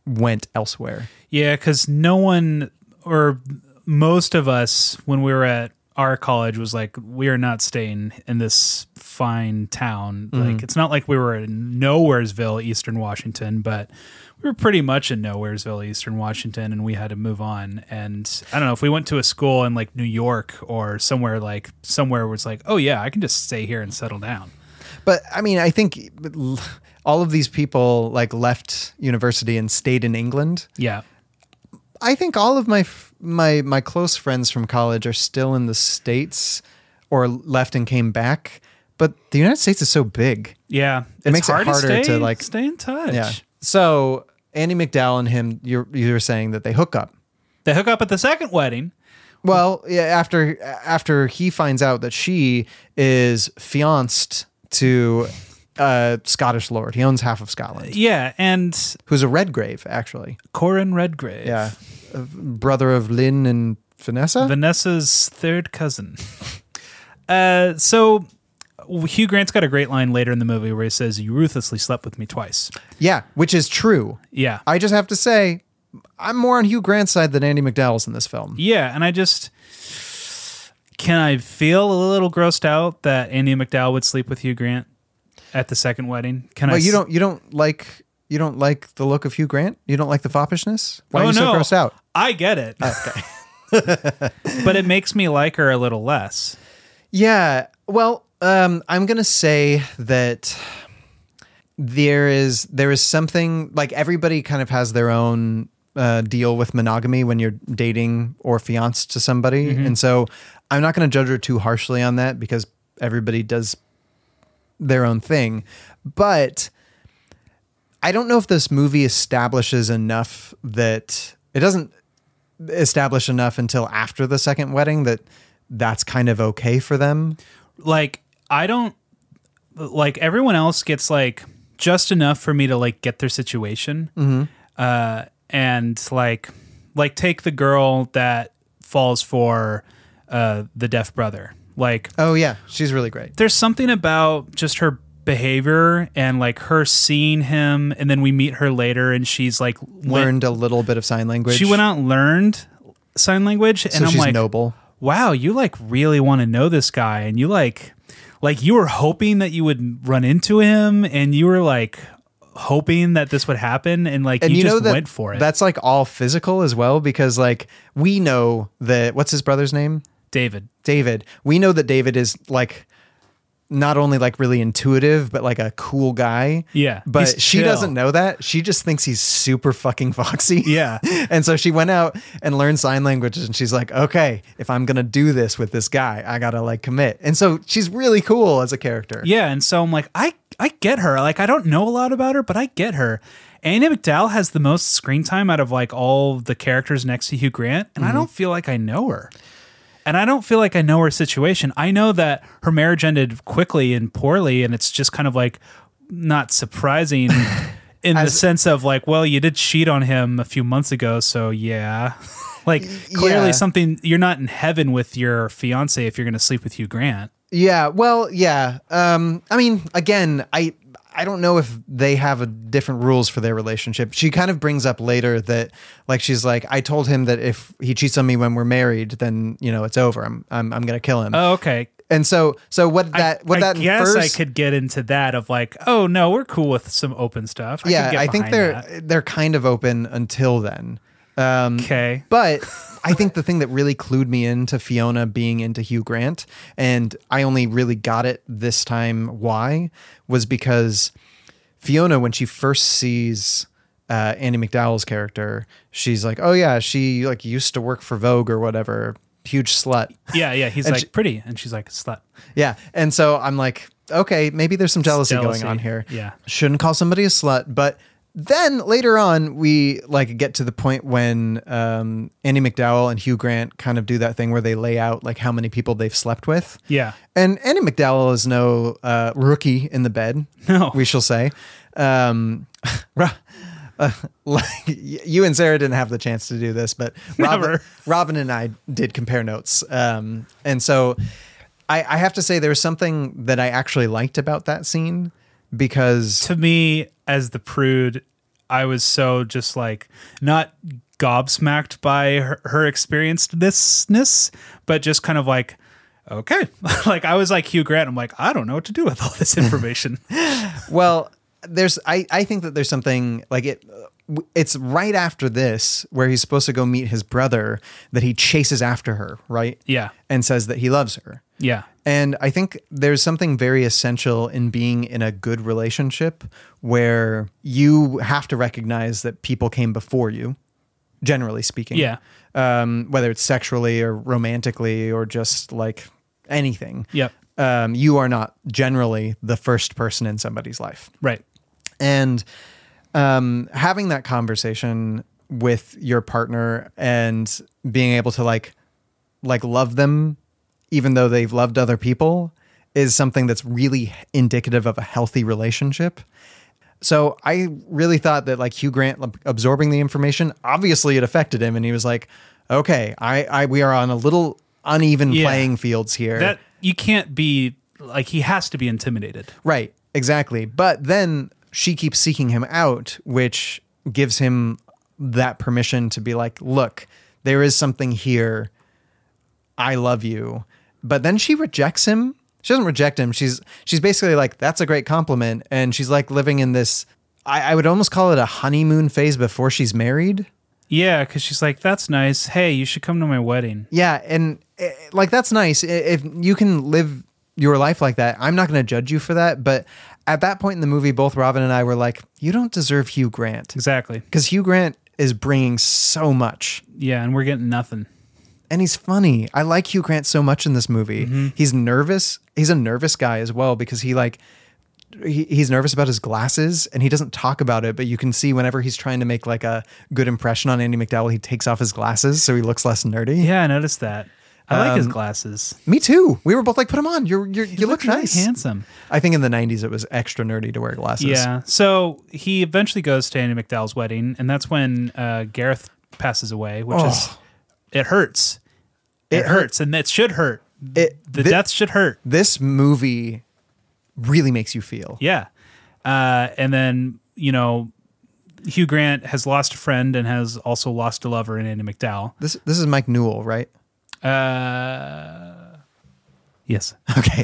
Speaker 3: went elsewhere.
Speaker 1: Yeah, because no one or most of us when we were at our college was like, we are not staying in this fine town.
Speaker 3: Mm-hmm.
Speaker 1: Like, it's not like we were in Nowheresville, Eastern Washington, but we were pretty much in Nowheresville, Eastern Washington, and we had to move on. And I don't know if we went to a school in like New York or somewhere like somewhere where it's like, oh, yeah, I can just stay here and settle down.
Speaker 3: But I mean, I think l- all of these people like left university and stayed in England.
Speaker 1: Yeah.
Speaker 3: I think all of my f- my my close friends from college are still in the states or left and came back. But the United States is so big.
Speaker 1: Yeah. It
Speaker 3: makes it harder to, like-
Speaker 1: stay in touch.
Speaker 3: Yeah. So Andy McDowell and him, you you were saying that they hook up.
Speaker 1: They hook up at the second wedding.
Speaker 3: Well, yeah, after after he finds out that she is fianced to a Scottish lord. He owns half of Scotland,
Speaker 1: Yeah. And
Speaker 3: who's a Redgrave actually.
Speaker 1: Corin Redgrave.
Speaker 3: Yeah. Brother of Lynn and Vanessa?
Speaker 1: Vanessa's third cousin. Uh, so Hugh Grant's got a great line later in the movie where he says, "You ruthlessly slept with me twice."
Speaker 3: yeah, which is true.
Speaker 1: Yeah,
Speaker 3: I just have to say, I'm more on Hugh Grant's side than Andy McDowell's in this film.
Speaker 1: yeah, and I just can I feel a little grossed out that Andy McDowell would sleep with Hugh Grant at the second wedding? Can I?
Speaker 3: But you
Speaker 1: s-
Speaker 3: don't you don't like you don't like the look of Hugh Grant? You don't like the foppishness? Why
Speaker 1: Oh,
Speaker 3: are you
Speaker 1: no.
Speaker 3: so grossed out? Oh.
Speaker 1: I get it. Okay. but it makes me like her a little less.
Speaker 3: Yeah. Well, um, I'm gonna say that there is there is something like everybody kind of has their own uh, deal with monogamy when you're dating or fianced to somebody. And so I'm not going to judge her too harshly on that because everybody does their own thing. But I don't know if this movie establishes enough that it doesn't establish enough until after the second wedding that that's kind of okay for them.
Speaker 1: like I don't like everyone else gets like just enough for me to like get their situation.
Speaker 3: Mm-hmm.
Speaker 1: Uh, and like like take the girl that falls for uh the deaf brother. Like
Speaker 3: Oh yeah, she's really great.
Speaker 1: there's something about just her behavior and like her seeing him and then we meet her later and she's like went-
Speaker 3: Learned a little bit of sign language.
Speaker 1: she went out and learned sign language and
Speaker 3: so
Speaker 1: I'm
Speaker 3: she's
Speaker 1: like
Speaker 3: noble.
Speaker 1: wow, you like really want to know this guy and you like like you were hoping that you would run into him and you were like hoping that this would happen and like
Speaker 3: And
Speaker 1: you,
Speaker 3: you, know
Speaker 1: just
Speaker 3: that
Speaker 1: went for it.
Speaker 3: that's like all physical as well because like we know that what's his brother's name?
Speaker 1: David.
Speaker 3: David. We know that David is like not only like really intuitive but like a cool guy.
Speaker 1: Yeah,
Speaker 3: But
Speaker 1: he's
Speaker 3: she
Speaker 1: chill.
Speaker 3: doesn't know that. She just thinks he's super fucking foxy.
Speaker 1: Yeah.
Speaker 3: and so she went out and learned sign language and she's like, "Okay, if I'm going to do this with this guy, I got to like commit." And so she's really cool as a character.
Speaker 1: Yeah, and so I'm like I I get her. Like I don't know a lot about her, but I get her. Anna McDowell has the most screen time out of like all the characters next to Hugh Grant, and I don't feel like I know her. And I don't feel like I know her situation. I know that her marriage ended quickly and poorly, and it's just kind of like not surprising in the sense of like, well, you did cheat on him a few months ago, so yeah. like clearly
Speaker 3: Yeah.
Speaker 1: something you're not in heaven with your fiance if you're gonna sleep with Hugh Grant.
Speaker 3: Yeah, well, yeah. Um, I mean, again, I I don't know if they have a different rules for their relationship. She kind of brings up later that like she's like, I told him that if he cheats on me when we're married, then you know it's over. I'm I'm, I'm gonna kill him.
Speaker 1: Oh, okay.
Speaker 3: and so so what that
Speaker 1: I
Speaker 3: what that
Speaker 1: guess
Speaker 3: infers,
Speaker 1: I could get into that of like, oh no, we're cool with some open stuff. I
Speaker 3: yeah,
Speaker 1: could get
Speaker 3: I think
Speaker 1: behind
Speaker 3: they're
Speaker 1: that.
Speaker 3: they're kind of open until then. Um,
Speaker 1: okay.
Speaker 3: But I think the thing that really clued me into Fiona being into Hugh Grant, and I only really got it this time why, was because Fiona, when she first sees uh, Andy McDowell's character, she's like, "Oh yeah, she like used to work for Vogue or whatever, huge slut."
Speaker 1: Yeah, yeah. He's
Speaker 3: And
Speaker 1: like
Speaker 3: she-
Speaker 1: pretty, and she's like slut.
Speaker 3: Yeah, and so I'm like, okay, maybe there's some jealousy,
Speaker 1: Jealousy,
Speaker 3: going on here.
Speaker 1: yeah.
Speaker 3: shouldn't call somebody a slut, but then later on we like get to the point when um, Andy McDowell and Hugh Grant kind of do that thing where they lay out like how many people they've slept with.
Speaker 1: Yeah.
Speaker 3: And Andy McDowell is no uh, rookie in the bed.
Speaker 1: No.
Speaker 3: we shall say. Um, Ro- uh, like y- you and Sarah didn't have the chance to do this, but Robin,
Speaker 1: Never.
Speaker 3: Robin and I did compare notes. Um, and so I, I have to say there was something that I actually liked about that scene because
Speaker 1: To me, as the prude, I was so just like not gobsmacked by her, her experiencedness, but just kind of like. Okay. like I was like Hugh Grant. I'm like, I don't know what to do with all this information.
Speaker 3: well there's I, I think that there's something like it it's right after this where he's supposed to go meet his brother that he chases after her right
Speaker 1: Yeah.
Speaker 3: and says that he loves her
Speaker 1: yeah.
Speaker 3: And I think there's something very essential in being in a good relationship where you have to recognize that people came before you, generally speaking.
Speaker 1: Yeah.
Speaker 3: Um, whether it's sexually or romantically or just like anything.
Speaker 1: Yep.
Speaker 3: Um, you are not generally the first person in somebody's life.
Speaker 1: Right.
Speaker 3: And um, having that conversation with your partner and being able to like like love them even though they've loved other people is something that's really indicative of a healthy relationship. So I really thought that like Hugh Grant like, absorbing the information, obviously it affected him and he was like, okay, I, I we are on a little uneven
Speaker 1: Yeah.
Speaker 3: playing fields here.
Speaker 1: That you can't be like he has to be intimidated.
Speaker 3: Right, exactly. But then she keeps seeking him out, which gives him that permission to be like, look, there is something here. I love you. But then she rejects him. She doesn't reject him. She's she's basically like, that's a great compliment. And she's like living in this I, I would almost call it a honeymoon phase before she's married.
Speaker 1: Yeah, because she's like, "That's nice. Hey, you should come to my wedding."
Speaker 3: Yeah, and eh, like that's nice. I- If you can live your life like that, I'm not going to judge you for that. But at that point in the movie, both Robin and I were like, "You don't deserve Hugh Grant,"
Speaker 1: Exactly.
Speaker 3: because Hugh Grant is bringing so much.
Speaker 1: Yeah, and we're getting nothing.
Speaker 3: And he's funny. I like Hugh Grant so much in this movie. He's nervous. He's a nervous guy as well because he like he, he's nervous about his glasses and he doesn't talk about it, but you can see whenever he's trying to make like a good impression on Andy McDowell, he takes off his glasses so he looks less nerdy.
Speaker 1: Yeah, I noticed that. I like
Speaker 3: Um,
Speaker 1: his glasses.
Speaker 3: Me too. We were both like, put them on. You're, you're, you look
Speaker 1: really
Speaker 3: nice.
Speaker 1: handsome.
Speaker 3: I think in the 90s it was extra nerdy to wear glasses.
Speaker 1: Yeah. So he eventually goes to Andy McDowell's wedding, and that's when uh, Gareth passes away, which is
Speaker 3: Oh.
Speaker 1: it hurts. It,
Speaker 3: It hurt-
Speaker 1: hurts, and it should hurt.
Speaker 3: It,
Speaker 1: The
Speaker 3: thi-
Speaker 1: death should hurt.
Speaker 3: This movie really makes you feel.
Speaker 1: Yeah. Uh, and then, you know, Hugh Grant has lost a friend and has also lost a lover in Andy McDowell.
Speaker 3: This, this is Mike Newell, right?
Speaker 1: Uh, yes.
Speaker 3: Okay.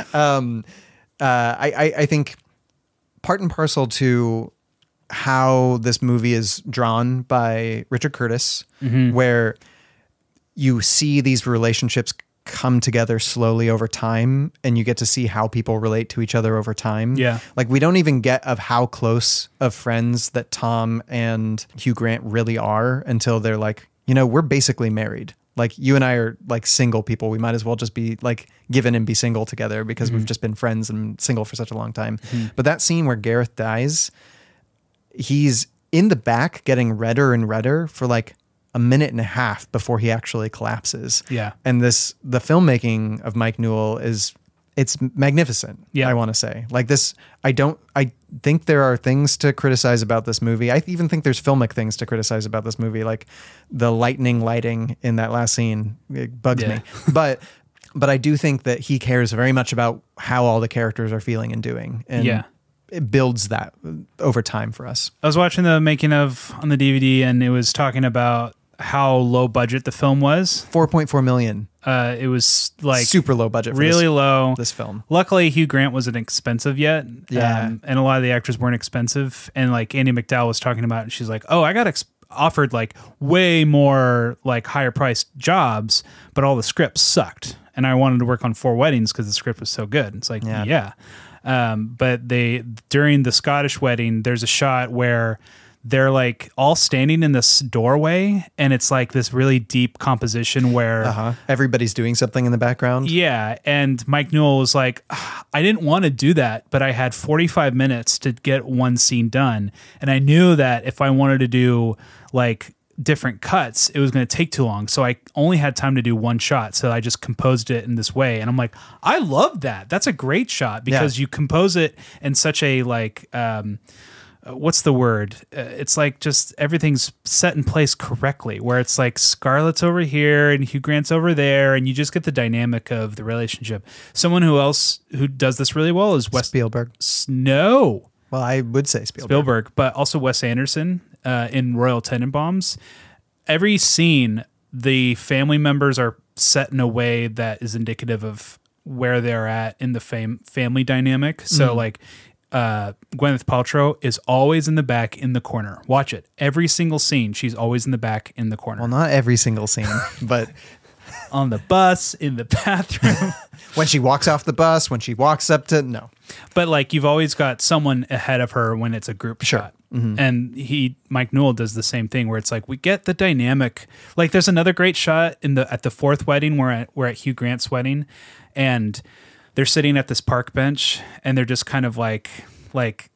Speaker 3: um, uh, I, I, I think part and parcel to how this movie is drawn by Richard Curtis, where you see these relationships come together slowly over time and you get to see how people relate to each other over time.
Speaker 1: Yeah.
Speaker 3: Like we don't even get of how close of friends that Tom and Hugh Grant really are until they're like, you know, we're basically married. Like you and I are like single people. We might as well just be like given and be single together because we've just been friends and single for such a long time. But that scene where Gareth dies, he's in the back getting redder and redder for like a minute and a half before he actually collapses.
Speaker 1: Yeah.
Speaker 3: And this the filmmaking of Mike Newell is it's magnificent.
Speaker 1: Yeah.
Speaker 3: I want to say. Like this I don't I think there are things to criticize about this movie. I even think there's filmic things to criticize about this movie like the lightning lighting in that last scene it bugs
Speaker 1: Yeah.
Speaker 3: me. But but I do think that he cares very much about how all the characters are feeling and doing. And
Speaker 1: Yeah.
Speaker 3: it builds that over time for us.
Speaker 1: I was watching the making of on the DVD, and it was talking about how low budget the film was.
Speaker 3: 4.4 million.
Speaker 1: Uh, it was like
Speaker 3: super low budget for
Speaker 1: really
Speaker 3: this,
Speaker 1: low.
Speaker 3: this film.
Speaker 1: Luckily, Hugh Grant wasn't expensive yet. um,
Speaker 3: Yeah.
Speaker 1: and a lot of the actors weren't expensive. And like Andy McDowell was talking about, and she's like, "Oh, I got ex- offered like way more like higher priced jobs, but all the scripts sucked, and I wanted to work on Four Weddings because the script was so good." It's like, yeah. Um, but they during the Scottish wedding, there's a shot where they're like all standing in this doorway, and it's like this really deep composition where
Speaker 3: Uh-huh. Everybody's doing something in the background.
Speaker 1: yeah, and Mike Newell was like, "Ah, I didn't want to do that, but I had 45 minutes to get one scene done, and I knew that if I wanted to do like different cuts, it was going to take too long. So I only had time to do one shot, so I just composed it in this way, and I'm like, I love that. That's a great shot because
Speaker 3: Yeah.
Speaker 1: you compose it in such a like. Um, uh, What's the word? Uh, It's like just everything's set in place correctly, where it's like Scarlett's over here and Hugh Grant's over there, and you just get the dynamic of the relationship. Someone who else who does this really well is Wes
Speaker 3: Spielberg.
Speaker 1: Snow
Speaker 3: Well, I would say Spielberg.
Speaker 1: Spielberg, but also Wes Anderson uh, in Royal Tenenbaums. Every scene, the family members are set in a way that is indicative of where they're at in the fam- family dynamic. So, like, uh, Gwyneth Paltrow is always in the back in the corner. Watch it. Every single scene, she's always in the back in the corner.
Speaker 3: Well, not every single scene, but
Speaker 1: On the bus, in the bathroom.
Speaker 3: when she walks off the bus, when she walks up to no.
Speaker 1: but like you've always got someone ahead of her when it's a group shot.
Speaker 3: Mm-hmm.
Speaker 1: And he Mike Newell does the same thing where it's like we get the dynamic. Like there's another great shot in the at the fourth wedding where at, we're at Hugh Grant's wedding and they're sitting at this park bench and they're just kind of like like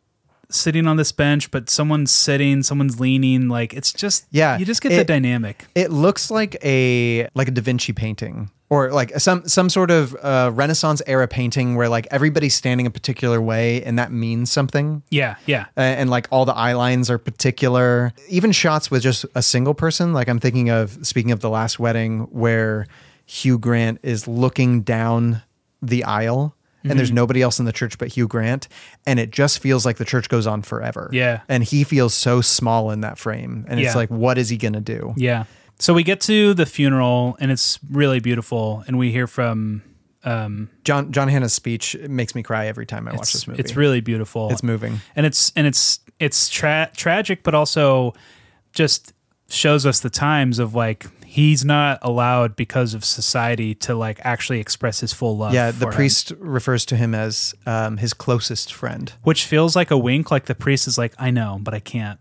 Speaker 1: sitting on this bench but someone's sitting, someone's leaning like it's just
Speaker 3: Yeah,
Speaker 1: you just get the
Speaker 3: it-
Speaker 1: dynamic.
Speaker 3: It looks like a like a Da Vinci painting or like some some sort of uh, Renaissance era painting where like everybody's standing a particular way and that means something.
Speaker 1: Yeah, yeah.
Speaker 3: Uh, and like all the eye lines are particular. Even shots with just a single person, like I'm thinking of speaking of the last wedding where Hugh Grant is looking down the aisle and
Speaker 1: Mm-hmm.
Speaker 3: there's nobody else in the church but Hugh Grant and it just feels like the church goes on forever.
Speaker 1: Yeah.
Speaker 3: And he feels so small in that frame and
Speaker 1: Yeah.
Speaker 3: it's like what is he going to do?
Speaker 1: Yeah. So we get to the funeral and it's really beautiful and we hear from
Speaker 3: John John Hannah's speech makes me cry every time I watch
Speaker 1: it's,
Speaker 3: this movie.
Speaker 1: it's really beautiful.
Speaker 3: It's moving.
Speaker 1: and it's and it's it's tra- tragic, but also just shows us the times of like he's not allowed because of society to like actually express his full love.
Speaker 3: Yeah, the
Speaker 1: for him.
Speaker 3: priest refers to him as um, his closest friend.
Speaker 1: which feels like a wink. Like the priest is like, I know, but I can't.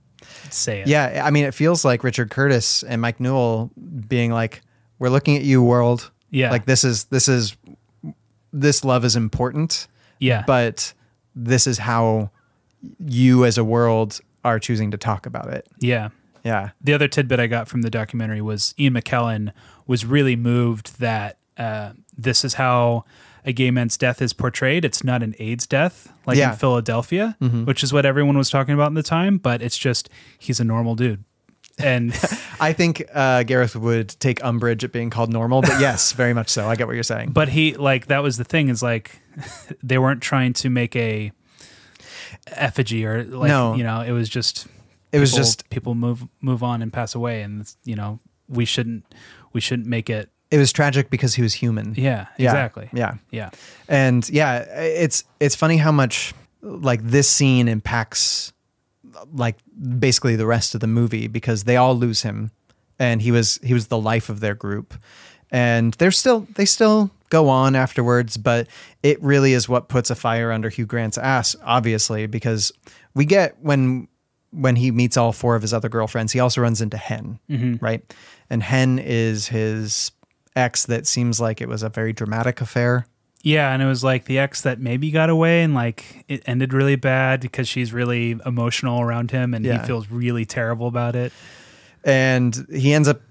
Speaker 1: say it.
Speaker 3: Yeah, I mean, it feels like Richard Curtis and Mike Newell being like, "We're looking at you, world.
Speaker 1: Yeah.
Speaker 3: like this is this is this love is important.
Speaker 1: Yeah.
Speaker 3: but this is how you as a world are choosing to talk about it.
Speaker 1: Yeah.
Speaker 3: Yeah,
Speaker 1: The other tidbit I got from the documentary was Ian McKellen was really moved that uh, this is how a gay man's death is portrayed. It's not an AIDS death like
Speaker 3: Yeah. Mm-hmm.
Speaker 1: in Philadelphia, which is what everyone was talking about in the time, but it's just he's a normal dude. And
Speaker 3: I think uh, Gareth would take umbrage at being called normal, but yes, very much so. I get what you're saying.
Speaker 1: but he like that was the thing is like they weren't trying to make a effigy or like
Speaker 3: No.
Speaker 1: you know it was just
Speaker 3: It was
Speaker 1: people-
Speaker 3: just-
Speaker 1: people move move on and pass away and it's, you know we shouldn't we shouldn't make it
Speaker 3: It was tragic because he was human.
Speaker 1: yeah,
Speaker 3: Yeah,
Speaker 1: exactly
Speaker 3: yeah.
Speaker 1: yeah
Speaker 3: and yeah it's it's funny how much like this scene impacts like basically the rest of the movie because they all lose him and he was he was the life of their group and they're still they still go on afterwards but it really is what puts a fire under Hugh Grant's ass obviously because we get when when he meets all four of his other girlfriends he also runs into Hen right and Hen is his ex that seems like it was a very dramatic affair
Speaker 1: yeah and it was like the ex that maybe got away and like it ended really bad because she's really emotional around him and
Speaker 3: Yeah.
Speaker 1: he feels really terrible about it
Speaker 3: and he ends up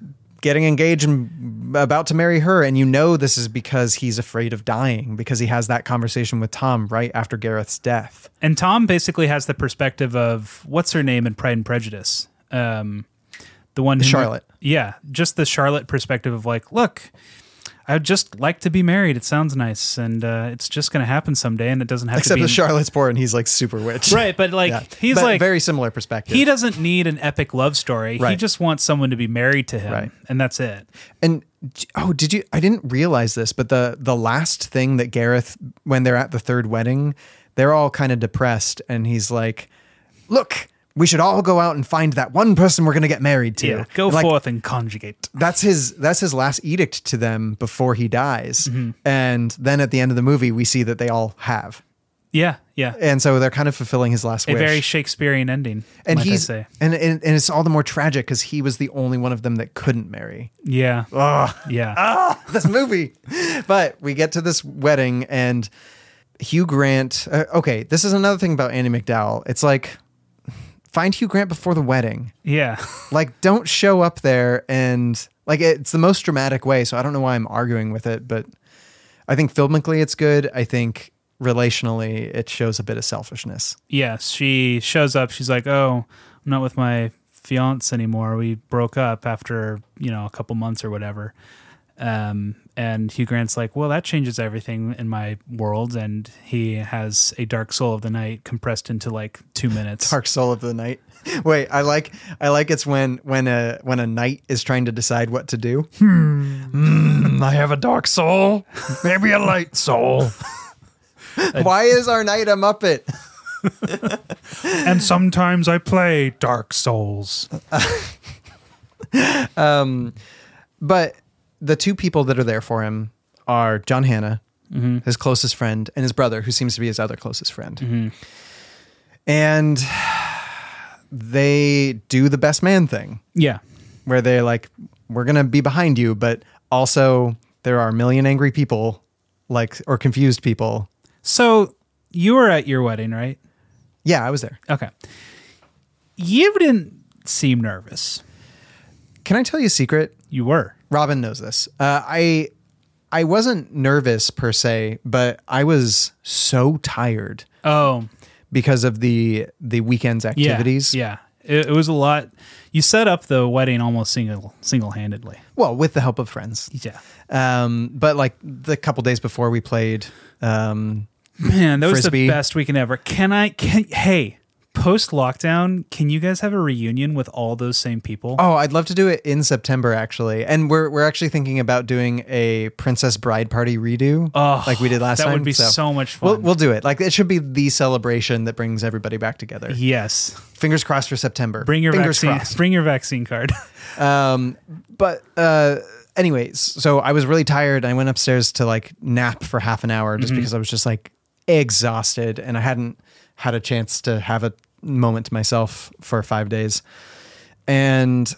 Speaker 3: getting engaged and about to marry her and you know this is because he's afraid of dying because he has that conversation with Tom right after Gareth's death.
Speaker 1: And Tom basically has the perspective of what's her name in Pride and Prejudice, um, the one who,
Speaker 3: Charlotte.
Speaker 1: Yeah, just the Charlotte perspective of like, look, I would just like to be married. It sounds nice, and uh, it's just going to happen someday, and it doesn't have to
Speaker 3: Except
Speaker 1: be
Speaker 3: that Charlotte's poor and he's like super rich.
Speaker 1: right. But like,
Speaker 3: Yeah.
Speaker 1: he's
Speaker 3: But
Speaker 1: like
Speaker 3: very similar perspective.
Speaker 1: He doesn't need an epic love story. He
Speaker 3: Right.
Speaker 1: just wants someone to be married to him,
Speaker 3: Right.
Speaker 1: and that's it.
Speaker 3: And oh, did you? I didn't realize this, but the the last thing that Gareth, when they're at the third wedding, they're all kind of depressed, and he's like, "Look, we should all go out and find that one person we're going to get married to.
Speaker 1: Yeah, go
Speaker 3: And, like,
Speaker 1: forth and conjugate.
Speaker 3: That's his. That's his last edict to them before he dies.
Speaker 1: Mm-hmm.
Speaker 3: And then at the end of the movie, we see that they all have,
Speaker 1: Yeah, yeah.
Speaker 3: and so they're kind of fulfilling his last
Speaker 1: A
Speaker 3: wish.
Speaker 1: very Shakespearean ending.
Speaker 3: and
Speaker 1: might I
Speaker 3: he's
Speaker 1: say.
Speaker 3: and, and and it's all the more tragic because he was the only one of them that couldn't marry.
Speaker 1: yeah,
Speaker 3: Ah.
Speaker 1: yeah.
Speaker 3: this movie. But we get to this wedding and Hugh Grant. Uh, okay, this is another thing about Andy McDowell. It's like find Hugh Grant before the wedding.
Speaker 1: yeah.
Speaker 3: Like, don't show up there and like it's the most dramatic way. So I don't know why I'm arguing with it, but I think filmically it's good. I think relationally it shows a bit of selfishness.
Speaker 1: yes, she shows up. She's like, "Oh, I'm not with my fiance anymore. We broke up after you know a couple months or whatever." Um, and Hugh Grant's like, "Well, that changes everything in my world." And he has a dark soul of the night compressed into like two minutes.
Speaker 3: Dark Soul of the Night. Wait, I like I like it's when when a when a knight is trying to decide what to do. Hmm. I have a dark soul, maybe a light soul. Why is our knight a muppet?
Speaker 1: And sometimes I play Dark Souls.
Speaker 3: But the two people that are there for him are John Hannah, his closest friend, and his brother, who seems to be his other closest friend. And they do the best man thing.
Speaker 1: Yeah,
Speaker 3: where they're like, we're gonna be behind you, but also there are a million angry people, like or confused people.
Speaker 1: So you were at your wedding, right?
Speaker 3: Yeah, I was there.
Speaker 1: Okay. You didn't seem nervous.
Speaker 3: Can I tell you a secret?
Speaker 1: You were.
Speaker 3: Robin knows this. Uh, I I wasn't nervous per se, but I was so tired
Speaker 1: Oh,
Speaker 3: because of the the weekend's
Speaker 1: yeah,
Speaker 3: activities.
Speaker 1: Yeah, It, it was a lot. You set up the wedding almost single single handedly.
Speaker 3: Well, with the help of friends.
Speaker 1: Yeah,
Speaker 3: Um, but like the couple days before we played, um,
Speaker 1: man, that was
Speaker 3: Frisbee.
Speaker 1: the best weekend ever. Can I? Can hey, post lockdown, can you guys have a reunion with all those same people?
Speaker 3: Oh, I'd love to do it in September actually. And we're we're actually thinking about doing a Princess Bride party redo
Speaker 1: Oh,
Speaker 3: like we did last
Speaker 1: that
Speaker 3: time.
Speaker 1: would be so much fun.
Speaker 3: We'll, we'll do it. Like it should be the celebration that brings everybody back together.
Speaker 1: yes,
Speaker 3: Fingers crossed for September.
Speaker 1: bring your
Speaker 3: Fingers
Speaker 1: vaccine.
Speaker 3: crossed.
Speaker 1: Bring your vaccine card.
Speaker 3: But uh anyways, so I was really tired. I went upstairs to like nap for half an hour just because I was just like exhausted and I hadn't had a chance to have a moment to myself for five days. And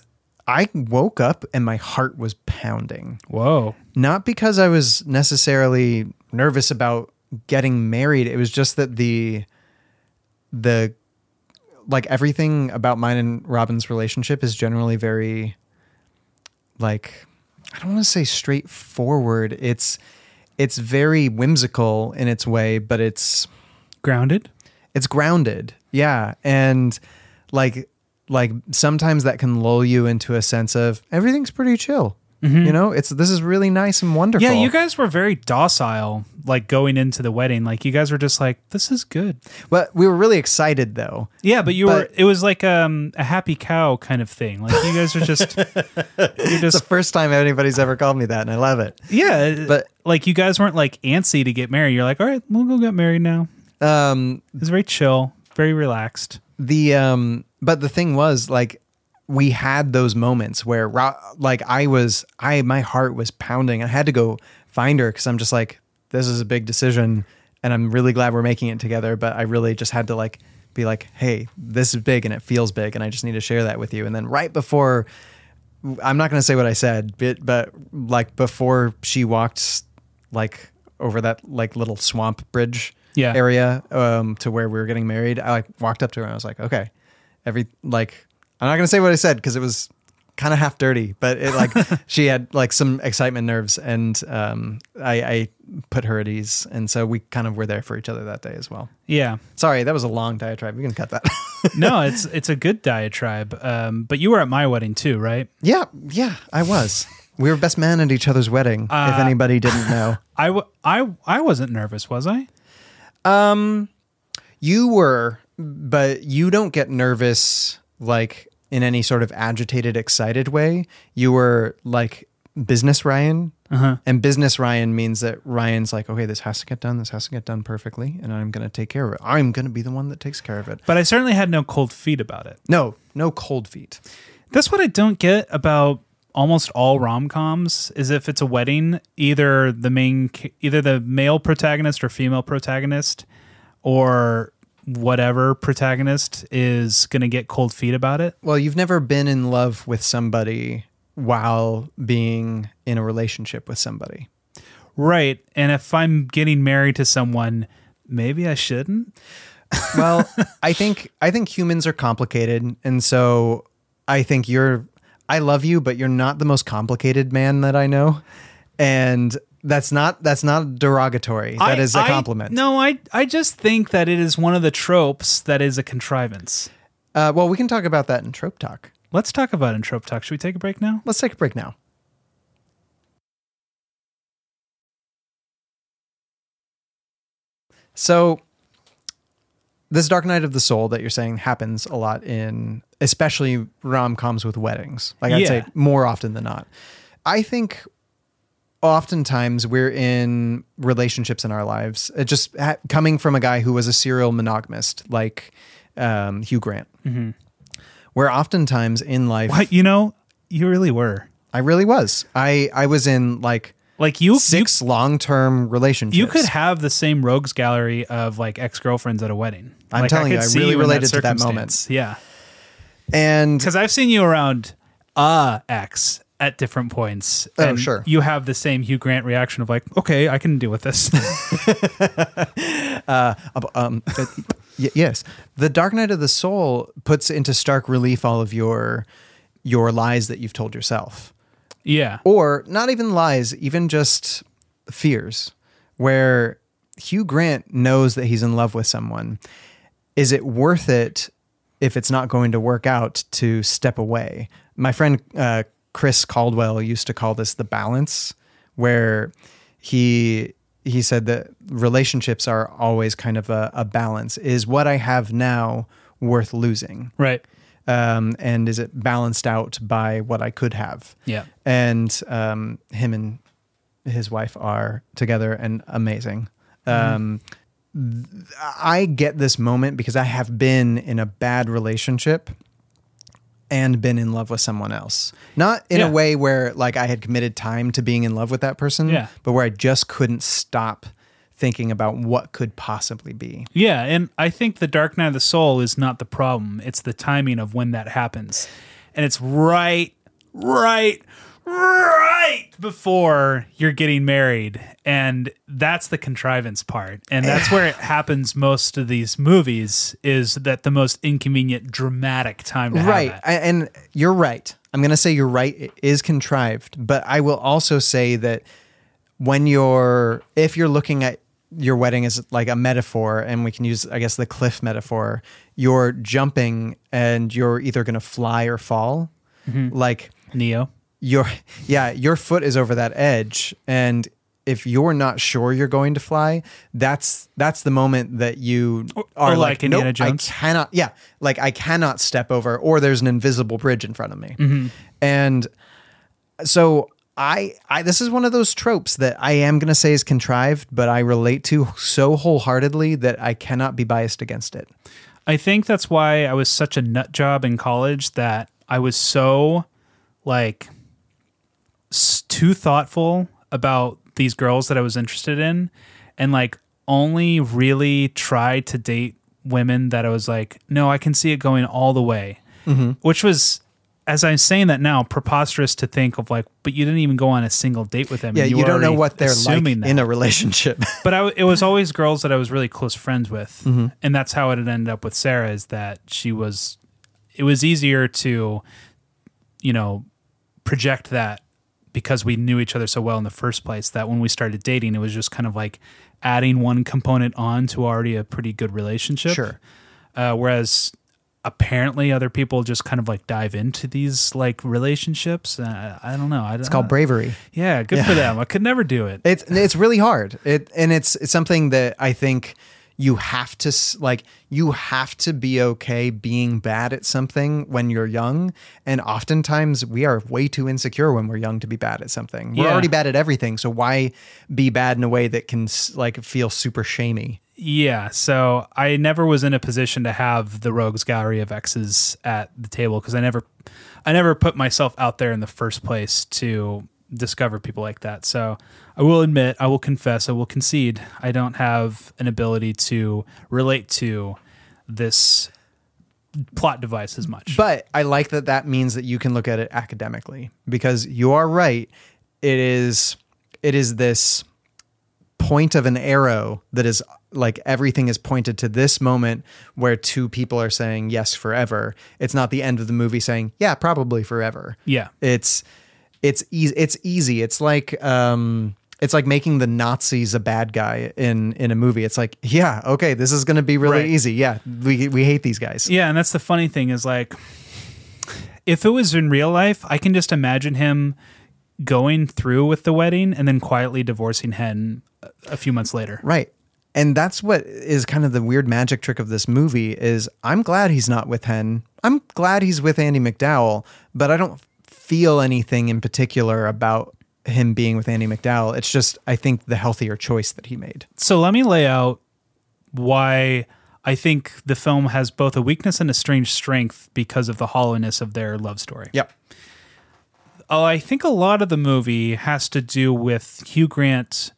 Speaker 3: I woke up and my heart was pounding.
Speaker 1: Whoa.
Speaker 3: Not because I was necessarily nervous about getting married. It was just that the the like everything about mine and Robin's relationship is generally very like I don't want to say straightforward. It's it's very whimsical in its way, but it's
Speaker 1: Grounded?
Speaker 3: it's grounded yeah and like like sometimes that can lull you into a sense of everything's pretty chill you know it's this is really nice and wonderful
Speaker 1: Mm-hmm. Yeah, you guys were very docile, like going into the wedding. Like you guys were just like, this is good.
Speaker 3: but we were really excited though
Speaker 1: Yeah, but you
Speaker 3: But-
Speaker 1: were. It was like um, a happy cow kind of thing. Like you guys are just, you're
Speaker 3: it's
Speaker 1: just
Speaker 3: the first time anybody's ever called me that and i love it
Speaker 1: yeah.
Speaker 3: but-
Speaker 1: But like you guys weren't like antsy to get married. You're like, all right, we'll go get married now.
Speaker 3: um
Speaker 1: It's very chill, very relaxed.
Speaker 3: the um but the thing was like we had those moments where Ro- like i was i my heart was pounding i had to go find her because i'm just like this is a big decision and i'm really glad we're making it together but i really just had to like be like hey this is big and it feels big and i just need to share that with you and then right before i'm not going to say what i said but, but like before she walked like over that like little swamp bridge
Speaker 1: Yeah.
Speaker 3: area area um, to where we were getting married, I like walked up to her and I was like, okay, every like, I'm not gonna say what I said because it was kind of half dirty, but it like she had like some excitement nerves, and um, I, I put her at ease, and so we kind of were there for each other that day as well.
Speaker 1: Yeah.
Speaker 3: Sorry, that was a long diatribe. We can cut that.
Speaker 1: No, it's it's a good diatribe. Um, but you were at my wedding too, right?
Speaker 3: yeah, yeah, I was. We were best man at each other's wedding. if anybody didn't know,
Speaker 1: I w- I I wasn't nervous, was I?
Speaker 3: you were, but you don't get nervous like in any sort of agitated, excited way. You were like business Ryan. And business Ryan means that Ryan's like, okay, this has to get done. This has to get done perfectly. And I'm going to take care of it. I'm going to be the one that takes care of it.
Speaker 1: But I certainly had no cold feet about it.
Speaker 3: No, no cold feet.
Speaker 1: That's what I don't get about almost all rom-coms is if it's a wedding, either the main ca- either the male protagonist or female protagonist or whatever protagonist is going to get cold feet about it.
Speaker 3: Well, you've never been in love with somebody while being in a relationship with somebody.
Speaker 1: Right. And if I'm getting married to someone, maybe I shouldn't.
Speaker 3: well, I think I think humans are complicated, and so I think you're. I love you, but you're not the most complicated man that I know, and that's not that's not derogatory. That is a
Speaker 1: I- I-
Speaker 3: compliment.
Speaker 1: no, I I just think that it is one of the tropes that is a contrivance.
Speaker 3: Uh, well, we can talk about that in trope talk.
Speaker 1: Let's talk about it in trope talk. Should we take a break now?
Speaker 3: Let's take a break now. So, this Dark Night of the Soul that you're saying happens a lot in, especially rom coms with weddings. Like I'd
Speaker 1: Yeah.
Speaker 3: say more often than not. I think oftentimes we're in relationships in our lives, uh, just ha- coming from a guy who was a serial monogamist like um, Hugh Grant. Where oftentimes in life,
Speaker 1: Mm-hmm. What, you know, you really were.
Speaker 3: I really was. I I was in like
Speaker 1: Like you, you
Speaker 3: six long term relationships.
Speaker 1: You could have the same rogues gallery of like ex girlfriends at a wedding.
Speaker 3: I'm
Speaker 1: Like,
Speaker 3: telling you,
Speaker 1: could
Speaker 3: I
Speaker 1: see
Speaker 3: really
Speaker 1: in
Speaker 3: related to that moment.
Speaker 1: circumstance. Yeah,
Speaker 3: and
Speaker 1: because I've seen you around uh ex at different points.
Speaker 3: Oh,
Speaker 1: and
Speaker 3: sure.
Speaker 1: You have the same Hugh Grant reaction of like, okay, I can deal with this.
Speaker 3: um uh, y- yes, the Dark Knight of the Soul puts into stark relief all of your your lies that you've told yourself,
Speaker 1: yeah,
Speaker 3: or not even lies, even just fears, where Hugh Grant knows that he's in love with someone. Is it worth it if it's not going to work out to step away? My friend uh, Chris Caldwell used to call this the balance, where he he said that relationships are always kind of a, a balance. Is what I have now worth losing?
Speaker 1: right.
Speaker 3: um, and is it balanced out by what I could have?
Speaker 1: Yeah.
Speaker 3: And um, him and his wife are together and amazing. Um, th- I get this moment because I have been in a bad relationship and been in love with someone else. Not in
Speaker 1: Yeah.
Speaker 3: a way where like I had committed time to being in love with that person,
Speaker 1: Yeah.
Speaker 3: but where I just couldn't stop thinking about what could possibly be.
Speaker 1: Yeah, and I think the Dark Night of the Soul is not the problem. It's the timing of when that happens. And it's right, right, right before you're getting married. And that's the contrivance part. And that's where it happens most of these movies is that the most inconvenient dramatic time to have
Speaker 3: right
Speaker 1: it.
Speaker 3: I- and you're right i'm going to say you're right it is contrived but i will also say that when you're if you're looking at your wedding as like a metaphor and we can use i guess the cliff metaphor you're jumping and you're either going to fly or fall
Speaker 1: Mm-hmm.
Speaker 3: like
Speaker 1: Neo.
Speaker 3: your yeah your foot is over that edge and if you're not sure you're going to fly that's that's the moment that you are
Speaker 1: or like Indiana
Speaker 3: "Nope,
Speaker 1: Jones."
Speaker 3: i cannot yeah like i cannot step over or there's an invisible bridge in front of me
Speaker 1: Mm-hmm.
Speaker 3: and so I, I this is one of those tropes that i am going to say is contrived but i relate to so wholeheartedly that i cannot be biased against it
Speaker 1: I think that's why I was such a nut job in college that I was so like s- too thoughtful about these girls that I was interested in and like only really tried to date women that I was like, no, I can see it going all the way,
Speaker 3: Mm-hmm.
Speaker 1: which was. As I'm saying that now, preposterous to think of like, but you didn't even go on a single date with them.
Speaker 3: yeah
Speaker 1: and
Speaker 3: you,
Speaker 1: were
Speaker 3: don't know
Speaker 1: already
Speaker 3: what they're like
Speaker 1: assuming that
Speaker 3: in a relationship
Speaker 1: but I, it was always girls that I was really close friends with,
Speaker 3: Mm-hmm.
Speaker 1: and that's how it had ended up with Sarah. Is that she was, it was easier to, you know, project that because we knew each other so well in the first place. That when we started dating, it was just kind of like adding one component on to already a pretty good relationship.
Speaker 3: Sure.
Speaker 1: Uh, whereas apparently other people just kind of like dive into these like relationships. Uh, I don't know. I,
Speaker 3: it's called bravery
Speaker 1: Yeah, good for them. I could never do it.
Speaker 3: It's it's really hard. It and it's it's something that I think you have to s- like you have to be okay being bad at something when you're young and oftentimes we are way too insecure when we're young to be bad at something we're
Speaker 1: Yeah.
Speaker 3: already bad at everything so why be bad in a way that can s- like feel super shamey
Speaker 1: Yeah, so I never was in a position to have the rogues gallery of exes at the table because I never, I never put myself out there in the first place to discover people like that. So I will admit, I will confess, I will concede, I don't have an ability to relate to this plot device as much.
Speaker 3: But I like that that means that you can look at it academically because you are right. It is it is this point of an arrow that is like everything is pointed to this moment where two people are saying yes forever. It's not the end of the movie saying yeah probably forever.
Speaker 1: yeah,
Speaker 3: It's it's easy. It's easy. It's like um, it's like making the Nazis a bad guy in in a movie. It's like yeah, okay, this is going to be really
Speaker 1: Right.
Speaker 3: easy. Yeah, we we hate these guys.
Speaker 1: Yeah, and that's the funny thing is like, if it was in real life, I can just imagine him going through with the wedding and then quietly divorcing Hen a- a few months later.
Speaker 3: Right. And that's what is kind of the weird magic trick of this movie is I'm glad he's not with Hen. I'm glad he's with Andy McDowell, but I don't feel anything in particular about him being with Andy McDowell. It's just I think the healthier choice that he made.
Speaker 1: So let me lay out why I think the film has both a weakness and a strange strength because of the hollowness of their love story.
Speaker 3: Yep.
Speaker 1: Oh, I think a lot of the movie has to do with Hugh Grant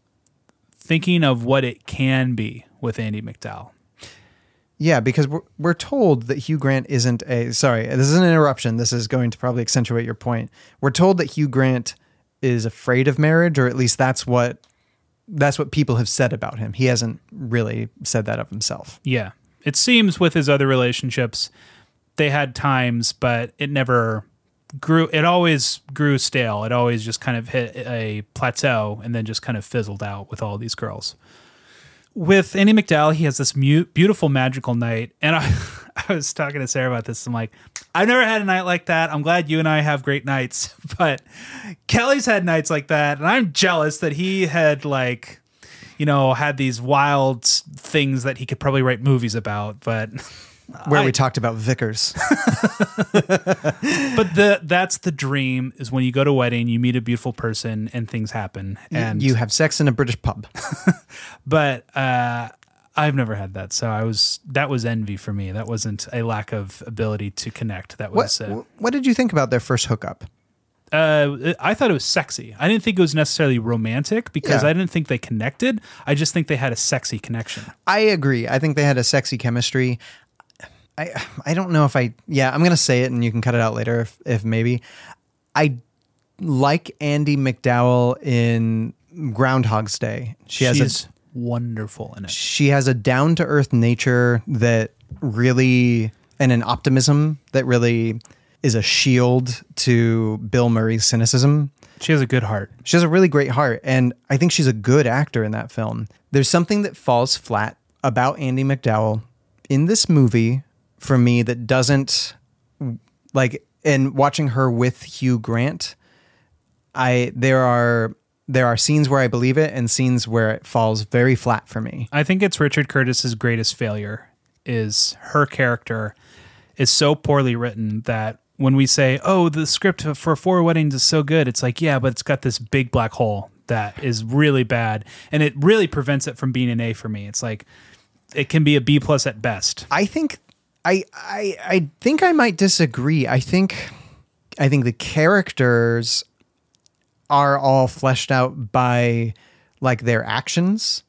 Speaker 1: thinking of what it can be with Andy McDowell.
Speaker 3: Yeah, because we're, we're told that Hugh Grant isn't a. Sorry, this is an interruption. This is going to probably accentuate your point. We're told that Hugh Grant is afraid of marriage, or at least that's what that's what people have said about him. He hasn't really said that of himself.
Speaker 1: Yeah. It seems with his other relationships, they had times, but it never grew. It always grew stale. It always just kind of hit a plateau and then just kind of fizzled out with all these girls. With Andy McDowell, he has this mu- beautiful magical night. And I, I was talking to Sarah about this. I'm like, I've never had a night like that. I'm glad you and I have great nights. But Kelly's had nights like that. And I'm jealous that he had, like, you know, had these wild things that he could probably write movies about. But
Speaker 3: where
Speaker 1: I-
Speaker 3: we talked about Vickers.
Speaker 1: but the that's the dream is when you go to a wedding, you meet a beautiful person, and things happen. And
Speaker 3: you have sex in a British pub.
Speaker 1: but uh, I've never had that, so I was that was envy for me. That wasn't a lack of ability to connect. That
Speaker 3: What,
Speaker 1: was uh,
Speaker 3: what did you think about their first hookup?
Speaker 1: uh, I thought it was sexy. I didn't think it was necessarily romantic because
Speaker 3: Yeah.
Speaker 1: I didn't think they connected. I just think they had a sexy connection.
Speaker 3: I agree. I think they had a sexy chemistry. I I don't know if I yeah, I'm gonna say it and you can cut it out later if if maybe. I like Andy McDowell in Groundhog's Day. She has
Speaker 1: She's
Speaker 3: a
Speaker 1: wonderful in it.
Speaker 3: she has a down to earth nature that really and an optimism that really is a shield to Bill Murray's cynicism.
Speaker 1: She has a good heart.
Speaker 3: She has a really great heart, and I think she's a good actor in that film. There's something that falls flat about Andy McDowell in this movie for me that doesn't like and watching her with Hugh Grant, I there are there are scenes where I believe it and scenes where it falls very flat for me.
Speaker 1: I think it's Richard Curtis's greatest failure is her character is so poorly written that when we say, "Oh, the script for Four Weddings is so good," it's like, "Yeah, but it's got this big black hole that is really bad, and it really prevents it from being an A for me." It's like it can be a B plus at best.
Speaker 3: I think I I I think I might disagree. I think I think the characters are all fleshed out by like their actions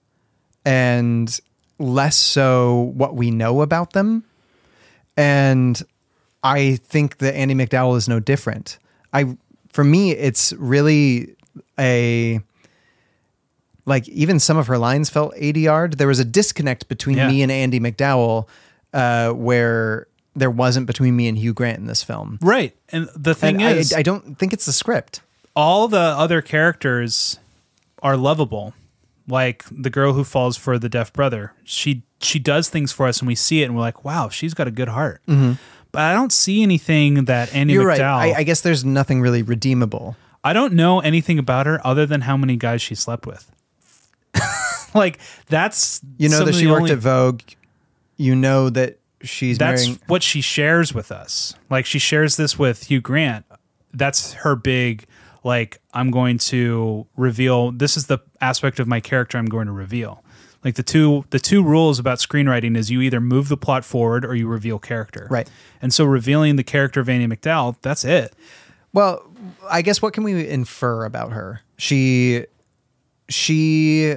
Speaker 3: and less so what we know about them. And I think that Andy McDowell is no different. I for me it's really a like even some of her lines felt ADR'd. There was a disconnect between
Speaker 1: Yeah.
Speaker 3: me and Andy McDowell uh, where there wasn't between me and Hugh Grant in this film.
Speaker 1: Right, and the thing
Speaker 3: And I,
Speaker 1: is,
Speaker 3: I don't think it's the script.
Speaker 1: all the other characters are lovable. Like the girl who falls for the deaf brother. She she does things for us and we see it and we're like, wow, she's got a good heart. But I don't see anything that Annie
Speaker 3: Mm-hmm. You're
Speaker 1: McDowell.
Speaker 3: right. I, I guess there's nothing really redeemable.
Speaker 1: I don't know anything about her other than how many guys she slept with. like that's
Speaker 3: You know
Speaker 1: some
Speaker 3: that
Speaker 1: of
Speaker 3: she
Speaker 1: the
Speaker 3: worked
Speaker 1: only-
Speaker 3: at Vogue. You know that she's
Speaker 1: that's
Speaker 3: marrying.
Speaker 1: what she shares with us. Like she shares this with Hugh Grant. That's her big like I'm going to reveal this is the aspect of my character I'm going to reveal. Like the two the two rules about screenwriting is you either move the plot forward or you reveal character.
Speaker 3: Right.
Speaker 1: And so revealing the character of Annie McDowell, that's it.
Speaker 3: Well, I guess what can we infer about her? She she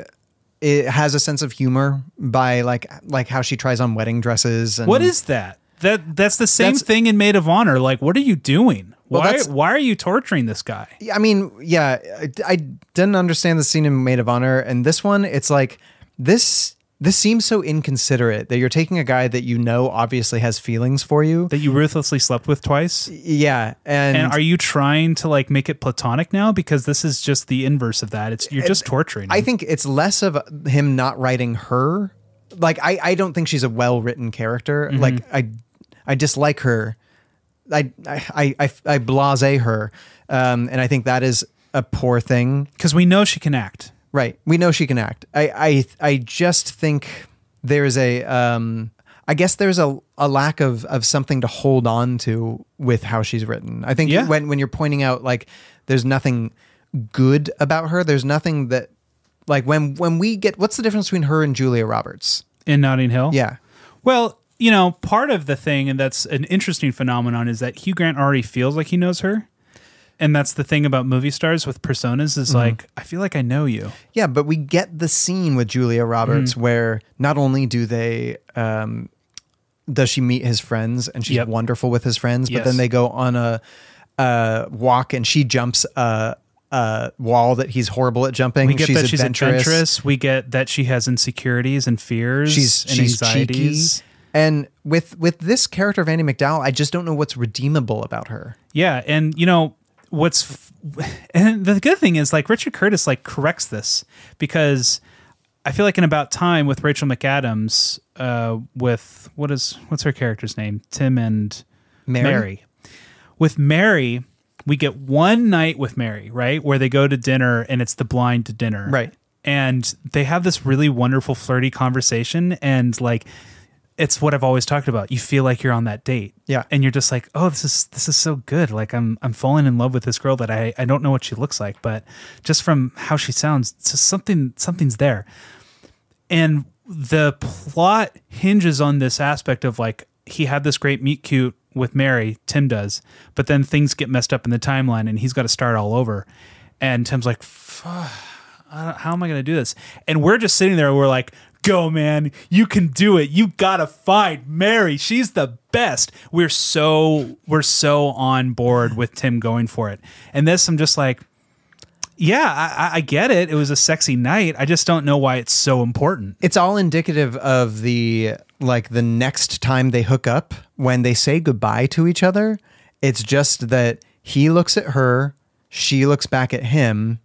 Speaker 3: it has a sense of humor by like like how she tries on wedding dresses and
Speaker 1: What is that? That that's the same
Speaker 3: Mm-hmm. That's-
Speaker 1: thing in Maid of Honor. Like what are you doing?
Speaker 3: Well,
Speaker 1: why
Speaker 3: that's-
Speaker 1: why are you torturing this guy?
Speaker 3: I mean, yeah, I, I didn't understand the scene in Maid of Honor, and this one, it's like this. This seems so inconsiderate that you're taking a guy that you know obviously has feelings for you.
Speaker 1: That you ruthlessly slept with twice?
Speaker 3: Yeah, and,
Speaker 1: And are you trying to like make it platonic now? Because this is just the inverse of that. It's you're just torturing.
Speaker 3: I
Speaker 1: him.
Speaker 3: think it's less of him not writing her. Like I, I don't think she's a well written character.
Speaker 1: Mm-hmm.
Speaker 3: Like I, I dislike her. I, I, I, I blase her, um, and I think that is a poor thing.
Speaker 1: because we know she can act.
Speaker 3: Right. We know she can act. I I I just think there's a um I guess there's a, a lack of, of something to hold on to with how she's written. I think
Speaker 1: Yeah.
Speaker 3: when when you're pointing out like there's nothing good about her, there's nothing that like when when we get what's the difference between her and Julia Roberts?
Speaker 1: in Notting Hill.
Speaker 3: Yeah.
Speaker 1: Well, you know, part of the thing, and that's an interesting phenomenon, is that Hugh Grant already feels like he knows her. And that's the thing about movie stars with personas is
Speaker 3: Mm-hmm.
Speaker 1: like, I feel like I know you.
Speaker 3: Yeah, but we get the scene with Julia Roberts
Speaker 1: Mm.
Speaker 3: where not only do they um does she meet his friends and she's
Speaker 1: Yep.
Speaker 3: wonderful with his friends, but
Speaker 1: Yes.
Speaker 3: then they go on a uh walk and she jumps a a wall that he's horrible at jumping.
Speaker 1: We get that she's adventurous. We get that she has insecurities and fears
Speaker 3: She's
Speaker 1: and
Speaker 3: she's
Speaker 1: anxieties.
Speaker 3: cheeky. And with with this character of Annie McDowell, I just don't know what's redeemable about her.
Speaker 1: Yeah, and you know what's f- and the good thing is like Richard Curtis like corrects this because I feel like in about time with Rachel McAdams uh with what is what's her character's name? Tim and
Speaker 3: Mary?
Speaker 1: With Mary, we get one night with Mary, right? Where they go to dinner and it's the blind to dinner.
Speaker 3: Right.
Speaker 1: And they have this really wonderful flirty conversation and like it's what I've always talked about. You feel like you're on that date.
Speaker 3: Yeah.
Speaker 1: And you're just like, oh, this is this is so good. Like I'm I'm falling in love with this girl that I, I don't know what she looks like, but just from how she sounds, it's just something something's there. And the plot hinges on this aspect of like he had this great meet cute with Mary, Tim does, but then things get messed up in the timeline and he's got to start all over. And Tim's like, "Fuck, I don't- how am I going to do this? And we're just sitting there, we're like, go, man, you can do it. You got to find Mary. She's the best. We're so, we're so on board with Tim going for it. And this, I'm just like, yeah, I, I- I get it. It was a sexy night. I just don't know why it's so important.
Speaker 3: It's all indicative of the like the next time they hook up when they say goodbye to each other. It's just that he looks at her, she looks back at him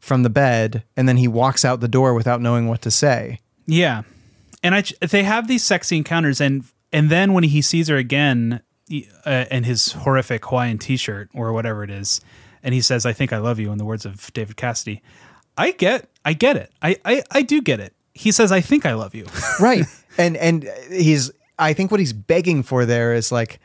Speaker 3: from the bed, and then he walks out the door without knowing what to say.
Speaker 1: Yeah, and I they have these sexy encounters, and and then when he sees her again he- uh, in his horrific Hawaiian T-shirt or whatever it is, and he says, "I think I love you," in the words of David Cassidy, I get, I get it, I I, I do get it. He says, "I think I love you."
Speaker 3: Right. and and he's I think what he's begging for there is like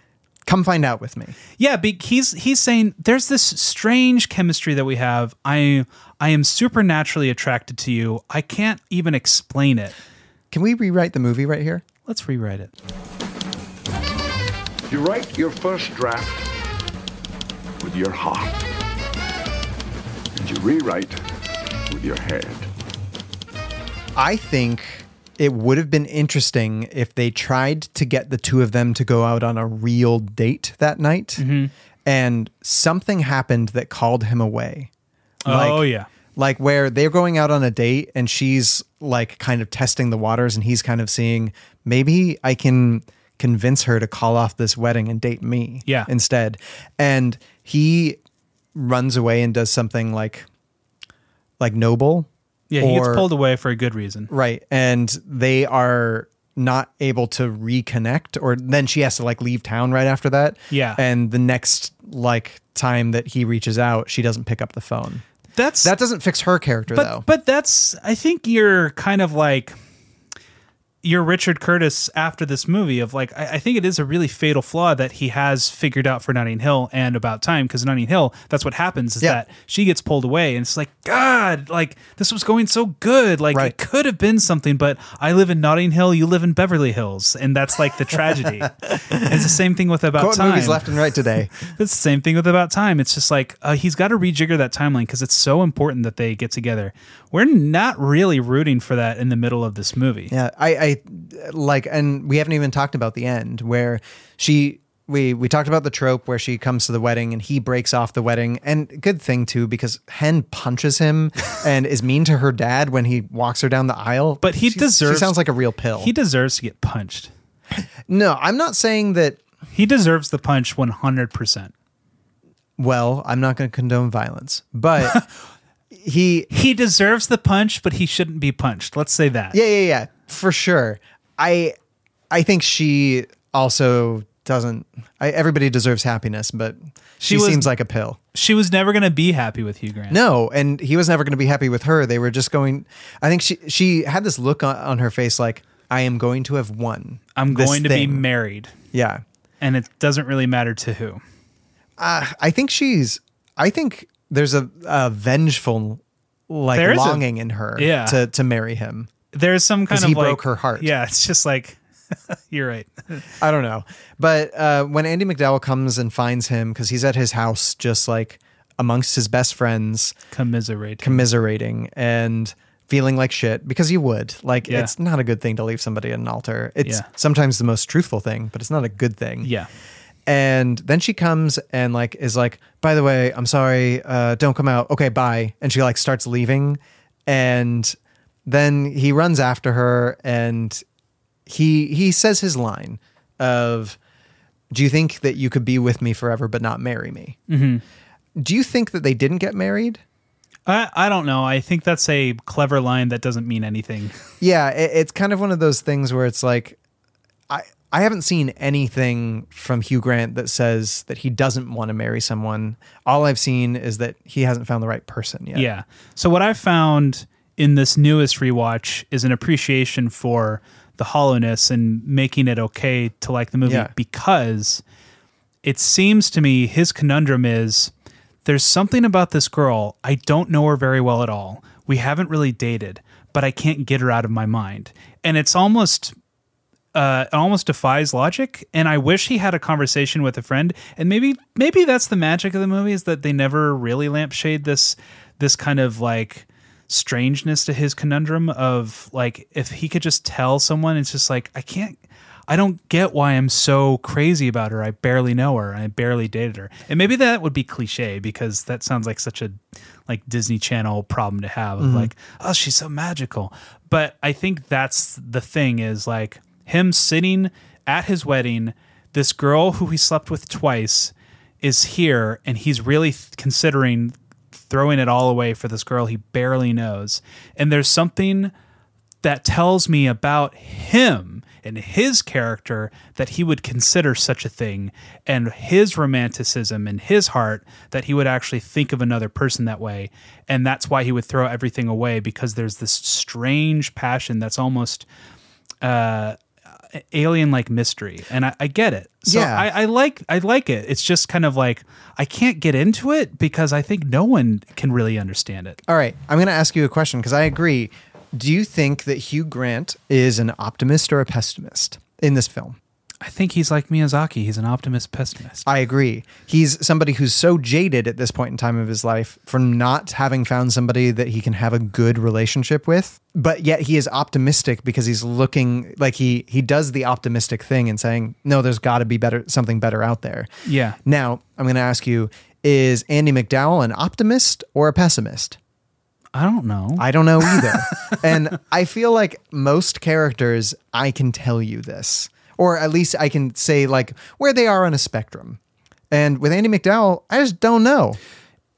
Speaker 3: come find out with me.
Speaker 1: Yeah, be- he's he's saying there's this strange chemistry that we have. I I am supernaturally attracted to you. I can't even explain it.
Speaker 3: Can we rewrite the movie right here?
Speaker 1: Let's rewrite it.
Speaker 6: You write your first draft with your heart, and you rewrite with your head.
Speaker 3: I think it would have been interesting if they tried to get the two of them to go out on a real date that night
Speaker 1: Mm-hmm.
Speaker 3: and something happened that called him away.
Speaker 1: oh yeah.
Speaker 3: Like where they're going out on a date and she's like kind of testing the waters and he's kind of seeing maybe I can convince her to call off this wedding and date me
Speaker 1: Yeah.
Speaker 3: instead. And he runs away and does something like like noble.
Speaker 1: Yeah, he gets
Speaker 3: or-
Speaker 1: pulled away for a good reason.
Speaker 3: Right. And they are not able to reconnect or then she has to like leave town right after that.
Speaker 1: Yeah.
Speaker 3: And the next like time that he reaches out, she doesn't pick up the phone.
Speaker 1: That's
Speaker 3: That doesn't fix her character
Speaker 1: but
Speaker 3: though.
Speaker 1: but that's I think you're kind of like you're Richard Curtis after this movie of like I, I think it is a really fatal flaw that he has figured out for Notting Hill and about time because Notting Hill that's what happens is
Speaker 3: Yeah.
Speaker 1: that she gets pulled away and it's like God like this was going so good like
Speaker 3: Right.
Speaker 1: it could have been something but I live in Notting Hill you live in Beverly Hills and that's like the tragedy it's the same thing with about
Speaker 3: Quote
Speaker 1: time
Speaker 3: movies left and right today.
Speaker 1: It's the same thing with About Time. It's just like uh, he's got to rejigger that timeline because it's so important that they get together. We're not really rooting for that in the middle of this movie.
Speaker 3: Yeah, I, I like, and we haven't even talked about the end where she. We, we talked about the trope where she comes to the wedding and he breaks off the wedding. And good thing, too, because Hen punches him and is mean to her dad when he walks her down the aisle.
Speaker 1: But he
Speaker 3: She-
Speaker 1: deserves-
Speaker 3: She sounds like a real pill.
Speaker 1: He deserves to get punched.
Speaker 3: no, I'm not saying that.
Speaker 1: He deserves the punch 100%.
Speaker 3: Well, I'm not going to condone violence, but he.
Speaker 1: He deserves the punch, but he shouldn't be punched. Let's say that.
Speaker 3: Yeah, yeah, yeah, for sure. I, I think she also doesn't. I, everybody deserves happiness, but
Speaker 1: She
Speaker 3: she,
Speaker 1: was-
Speaker 3: seems like a pill.
Speaker 1: She was never going to be happy with Hugh Grant.
Speaker 3: No, and he was never going to be happy with her. They were just going. I think she she had this look on, on her face like I am going to have won.
Speaker 1: I'm
Speaker 3: this
Speaker 1: going to be
Speaker 3: thing."
Speaker 1: married,
Speaker 3: Yeah,
Speaker 1: and it doesn't really matter to who.
Speaker 3: I think she's. I think there's a, a vengeful like
Speaker 1: There is a-
Speaker 3: longing in her.
Speaker 1: Yeah.
Speaker 3: to to marry him.
Speaker 1: There's some kind
Speaker 3: 'Cause
Speaker 1: of
Speaker 3: he
Speaker 1: like-
Speaker 3: broke her heart.
Speaker 1: Yeah, it's just like you're right.
Speaker 3: I don't know, but uh, when Andy McDowell comes and finds him because he's at his house, just like amongst his best friends,
Speaker 1: Commiserate.
Speaker 3: commiserating and feeling like shit because you would like
Speaker 1: Yeah.
Speaker 3: it's not a good thing to leave somebody at an altar it's
Speaker 1: Yeah.
Speaker 3: sometimes the most truthful thing but it's not a good thing
Speaker 1: yeah.
Speaker 3: and then she comes and like is like by the way i'm sorry uh don't come out okay bye and she like starts leaving and then he runs after her and he he says his line of do you think that you could be with me forever but not marry me do you think that they didn't get married
Speaker 1: I, I don't know. I think that's a clever line that doesn't mean anything.
Speaker 3: yeah it, it's kind of one of those things where it's like i i haven't seen anything from hugh grant that says that he doesn't want to marry someone all i've seen is that he hasn't found the right person yet
Speaker 1: Yeah. So what I found in this newest rewatch is an appreciation for the hollowness and making it okay to like the movie
Speaker 3: Yeah.
Speaker 1: because it seems to me his conundrum is there's something about this girl I don't know her very well at all. We haven't really dated, but I can't get her out of my mind. And it's almost uh, almost defies logic. And I wish he had a conversation with a friend. And maybe maybe that's the magic of the movie is that they never really lampshade this this kind of like strangeness to his conundrum of like if he could just tell someone it's just like I can't I don't get why I'm so crazy about her. I barely know her. I barely dated her. And maybe that would be cliche because that sounds like such a like Disney Channel problem to have of
Speaker 13: Mhm.
Speaker 1: like, oh, she's so magical. But I think that's the thing is like him sitting at his wedding, this girl who he slept with twice is here and he's really th- considering throwing it all away for this girl he barely knows. And there's something that tells me about him and his character that he would consider such a thing and his romanticism in his heart that he would actually think of another person that way and that's why he would throw everything away because there's this strange passion that's almost uh alien like mystery and I, I get it so
Speaker 3: Yeah.
Speaker 1: I, I like i like it it's just kind of like i can't get into it because i think no one can really understand it
Speaker 3: All right, I'm going to ask you a question because I agree. Do you think that Hugh Grant is an optimist or a pessimist in this film?
Speaker 1: I think he's like Miyazaki. He's an optimist pessimist.
Speaker 3: I agree. He's somebody who's so jaded at this point in time of his life from not having found somebody that he can have a good relationship with, but yet he is optimistic because he's looking like he he does the optimistic thing and saying, "No, there's got to be better something better out there."
Speaker 1: yeah
Speaker 3: Now, I'm going to ask you is Andy McDowell an optimist or a pessimist?
Speaker 1: I don't know.
Speaker 3: I don't know either. and I feel like most characters, I can tell you this, or at least I can say like where they are on a spectrum. And with Andy McDowell, I just don't know.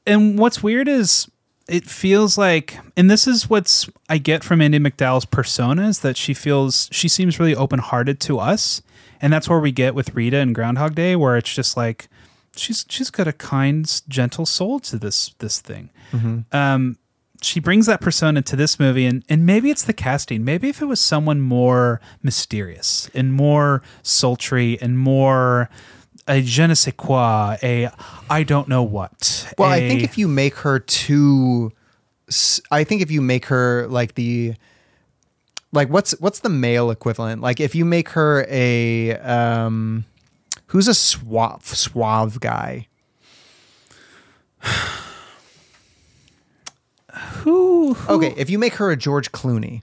Speaker 1: and what's weird is it feels like and this is what's i get from andy mcdowell's persona is that she feels she seems really open-hearted to us and that's where we get with rita and groundhog day where it's just like she's she's got a kind gentle soul to this this thing um, she brings that persona to this movie, and, and maybe it's the casting. Maybe if it was someone more mysterious and more sultry and more a je ne sais quoi, a I don't know what.
Speaker 3: Well, I
Speaker 1: a-
Speaker 3: think if you make her too, s- I think if you make her like the, like what's what's the male equivalent? Like if you make her a um, who's a suave suave guy?
Speaker 1: who, who
Speaker 3: Okay, if you make her a George Clooney,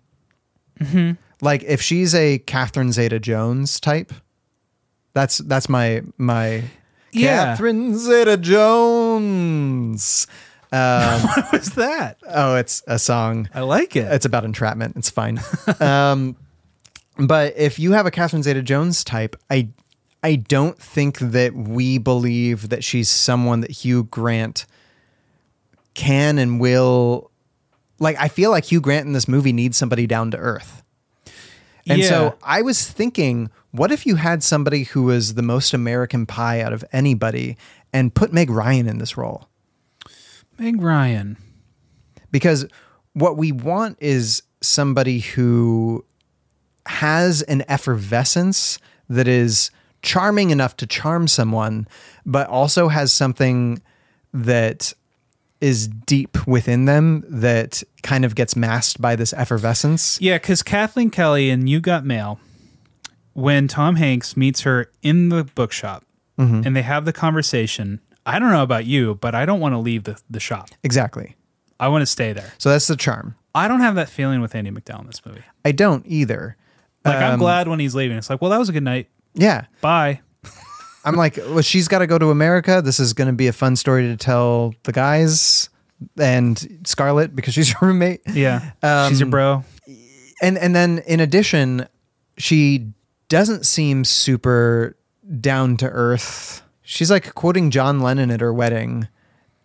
Speaker 1: Mhm.
Speaker 3: like if she's a Catherine Zeta Jones type, that's that's my my
Speaker 1: Yeah.
Speaker 3: Catherine Zeta Jones. Um,
Speaker 1: what was that?
Speaker 3: Oh, it's a song.
Speaker 1: I like it.
Speaker 3: It's about entrapment. It's fine. um, but if you have a Catherine Zeta Jones type, I I don't think that we believe that she's someone that Hugh Grant can and will like I feel like Hugh Grant in this movie needs somebody down to earth. And
Speaker 1: Yeah.
Speaker 3: so I was thinking, what if you had somebody who was the most American pie out of anybody and put Meg Ryan in this role?
Speaker 1: Meg Ryan.
Speaker 3: because what we want is somebody who has an effervescence that is charming enough to charm someone but also has something that is deep within them that kind of gets masked by this effervescence
Speaker 1: Yeah, because Kathleen Kelly and You Got Mail, when Tom Hanks meets her in the bookshop
Speaker 3: Mhm.
Speaker 1: and they have the conversation, I don't know about you, but I don't want to leave the, the shop.
Speaker 3: exactly
Speaker 1: I want to stay there.
Speaker 3: so that's the charm
Speaker 1: I don't have that feeling with Andy McDowell in this movie.
Speaker 3: i don't either
Speaker 1: Like, I'm
Speaker 3: Um,
Speaker 1: glad when he's leaving. It's like, well, that was a good night.
Speaker 3: yeah
Speaker 1: Bye.
Speaker 3: I'm like, well, she's got to go to America. This is going to be a fun story to tell the guys and Scarlett because she's your roommate.
Speaker 1: Yeah. She's your bro.
Speaker 3: And and then in addition, she doesn't seem super down to earth. She's like quoting John Lennon at her wedding,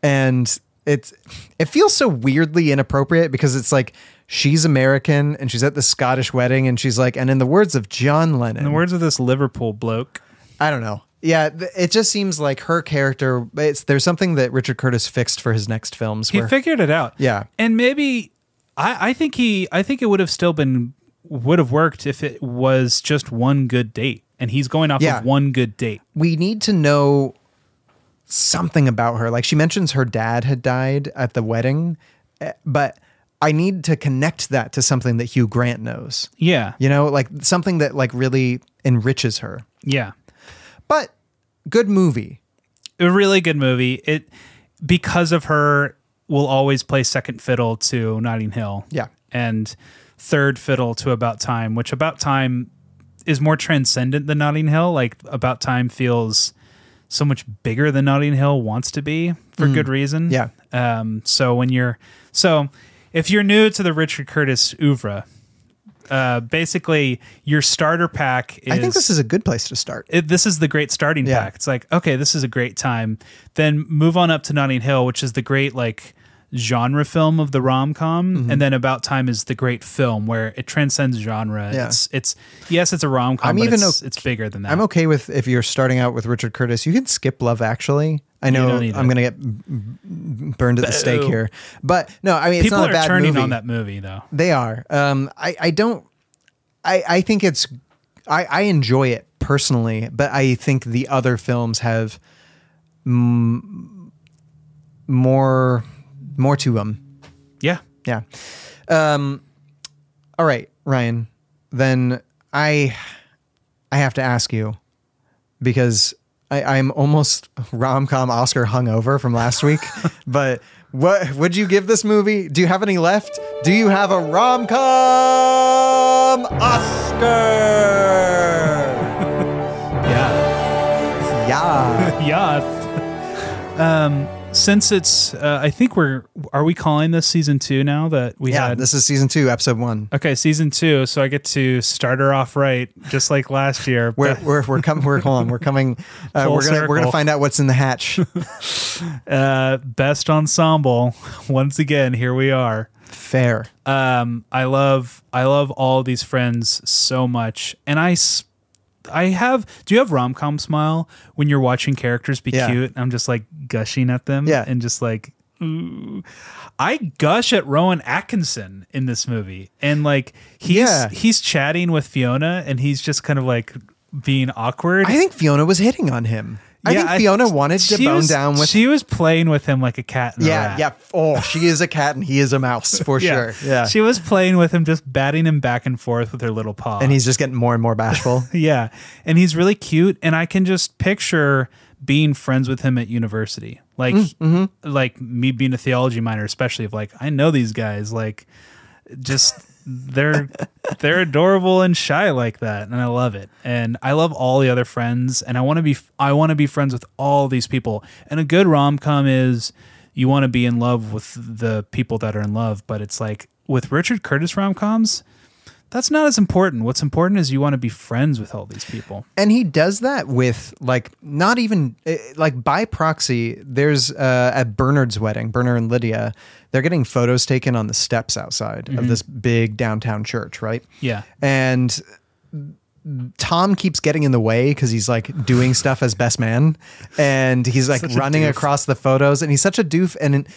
Speaker 3: and it's it feels so weirdly inappropriate because it's like she's American and she's at the Scottish wedding and she's like, and in the words of John Lennon,
Speaker 1: In the words of this Liverpool bloke,
Speaker 3: I don't know. Yeah, th- it just seems like her character. It's there's something that Richard Curtis fixed for his next films.
Speaker 1: he
Speaker 3: where-
Speaker 1: figured it out.
Speaker 3: yeah,
Speaker 1: and maybe I, I think he I think it would have still been would have worked if it was just one good date and he's going off
Speaker 3: Yeah.
Speaker 1: of one good date
Speaker 3: we need to know something about her. Like she mentions her dad had died at the wedding, eh, but I need to connect that to something that Hugh Grant knows.
Speaker 1: Yeah.
Speaker 3: You know, like something that like really enriches her.
Speaker 1: Yeah.
Speaker 3: But good movie.
Speaker 1: A really good movie. It because of her will always play second fiddle to Notting Hill.
Speaker 3: Yeah.
Speaker 1: And third fiddle to About Time, which About Time is more transcendent than Notting Hill. Like About Time feels so much bigger than Notting Hill wants to be for
Speaker 3: Mm.
Speaker 1: good reason.
Speaker 3: Yeah.
Speaker 1: Um, so when you're so if you're new to the Richard Curtis oeuvre, uh, basically your starter pack is
Speaker 3: I think this is a good place to start.
Speaker 1: it, this is the great starting
Speaker 3: Yeah.
Speaker 1: pack. It's like, okay, this is a great time. Then move on up to Notting Hill, which is the great like genre film of the rom com,
Speaker 3: Mhm.
Speaker 1: and then About Time is the great film where it transcends genre. It's it's yes, it's a rom com,
Speaker 3: I'm
Speaker 1: but
Speaker 3: even
Speaker 1: it's,
Speaker 3: okay-
Speaker 1: it's bigger than that.
Speaker 3: I'm okay with if you're starting out with Richard Curtis, you can skip Love Actually. I
Speaker 1: You
Speaker 3: know
Speaker 1: don't need
Speaker 3: I'm
Speaker 1: it.
Speaker 3: going to get b- b- burned at the stake
Speaker 1: Boo.
Speaker 3: here, but no, I mean it's
Speaker 1: People
Speaker 3: not a
Speaker 1: are
Speaker 3: bad
Speaker 1: turning
Speaker 3: movie.
Speaker 1: on that movie though.
Speaker 3: They are. Um, I I don't. I I think it's. I I enjoy it personally, but I think the other films have m- more more to them.
Speaker 1: Yeah.
Speaker 3: Yeah. Um. All right, Ryan. Then I I have to ask you because I, I'm almost rom com Oscar hungover from last week. but what would you give this movie? Do you have any left? Do you have a rom com Oscar?
Speaker 1: Yeah.
Speaker 3: yeah.
Speaker 1: yeah. Um since it's uh, I think we're are we calling this season two now that we
Speaker 3: Yeah,
Speaker 1: had
Speaker 3: this is season two, episode one.
Speaker 1: Okay, season two. So I get to start her off right, just like last year.
Speaker 3: We're we're we're coming. We're hold on. We're coming. Uh,
Speaker 1: Full
Speaker 3: we're gonna we're gonna
Speaker 1: circle.
Speaker 3: find out what's in the hatch.
Speaker 1: uh, best ensemble. Once again, here we are.
Speaker 3: Fair.
Speaker 1: Um, I love I love all these friends so much, and I s- I have. Do you have rom com smile when you're watching characters be
Speaker 3: Yeah.
Speaker 1: cute? I'm just like gushing at them.
Speaker 3: Yeah.
Speaker 1: and just like. ooh. I gush at Rowan Atkinson in this movie, and like he's
Speaker 3: Yeah.
Speaker 1: he's chatting with Fiona, and he's just kind of like being awkward.
Speaker 3: I think Fiona was hitting on him. I
Speaker 1: Yeah,
Speaker 3: think Fiona wanted to
Speaker 1: she
Speaker 3: bone
Speaker 1: was-
Speaker 3: down with.
Speaker 1: She was playing with him like a cat. And a
Speaker 3: yeah,
Speaker 1: rat.
Speaker 3: yeah. Oh, she is a cat and he is a mouse for
Speaker 1: Yeah.
Speaker 3: sure. Yeah.
Speaker 1: She was playing with him, just batting him back and forth with her little paw.
Speaker 3: and he's just getting more and more bashful.
Speaker 1: yeah, and he's really cute, and I can just picture being friends with him at university, like like me being a theology minor, especially if like I know these guys, like just they're they're adorable and shy like that, and I love it, and I love all the other friends, and I want to be I want to be friends with all these people, and a good rom com is you want to be in love with the people that are in love, but it's like with Richard Curtis rom coms that's not as important. What's important is you want to be friends with all these people.
Speaker 3: and he does that with like not even eh, like by proxy there's uh, at bernard's wedding bernard and lydia they're getting photos taken on the steps outside of
Speaker 1: Mm-hmm.
Speaker 3: this big downtown church right
Speaker 1: Yeah.
Speaker 3: and Tom keeps getting in the way because he's like doing stuff as best man, and he's like
Speaker 1: Such a
Speaker 3: running
Speaker 1: doof.
Speaker 3: across the photos, and he's such a doof. And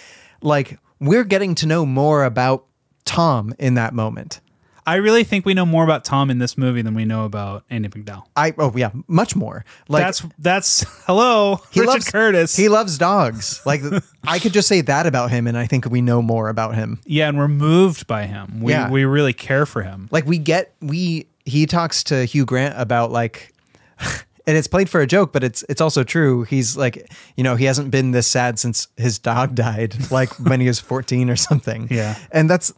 Speaker 3: like we're getting to know more about Tom in that moment.
Speaker 1: I really think we know more about Tom in this movie than we know about Andy McDowell.
Speaker 3: I oh yeah, much more. Like
Speaker 1: that's that's hello,
Speaker 3: he
Speaker 1: Richard
Speaker 3: loves
Speaker 1: Curtis.
Speaker 3: He loves dogs. Like I could just say that about him, and I think we know more about him.
Speaker 1: yeah, and we're moved by him. We
Speaker 3: Yeah.
Speaker 1: we really care for him.
Speaker 3: Like we get we he talks to Hugh Grant about like, and it's played for a joke, but it's it's also true. He's like you know he hasn't been this sad since his dog died, like when he was fourteen or something.
Speaker 1: Yeah.
Speaker 3: and that's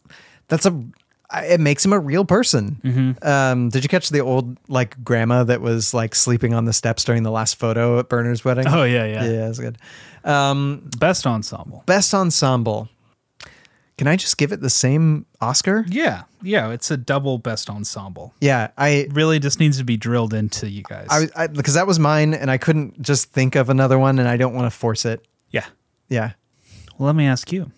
Speaker 3: that's a. I- It makes him a real person.
Speaker 1: Mm-hmm.
Speaker 3: Um, did you catch the old like grandma that was like sleeping on the steps during the last photo at Bernard's wedding?
Speaker 1: Oh, yeah, yeah.
Speaker 3: yeah, that's good. Um,
Speaker 1: Best ensemble.
Speaker 3: Best Ensemble. Can I just give it the same Oscar?
Speaker 1: Yeah, yeah, it's a double best ensemble.
Speaker 3: Yeah, I
Speaker 1: It really just needs to be drilled into you guys.
Speaker 3: I I- because that was mine and I couldn't just think of another one and I don't want to force it.
Speaker 1: yeah.
Speaker 3: Yeah.
Speaker 1: Well, let me ask you.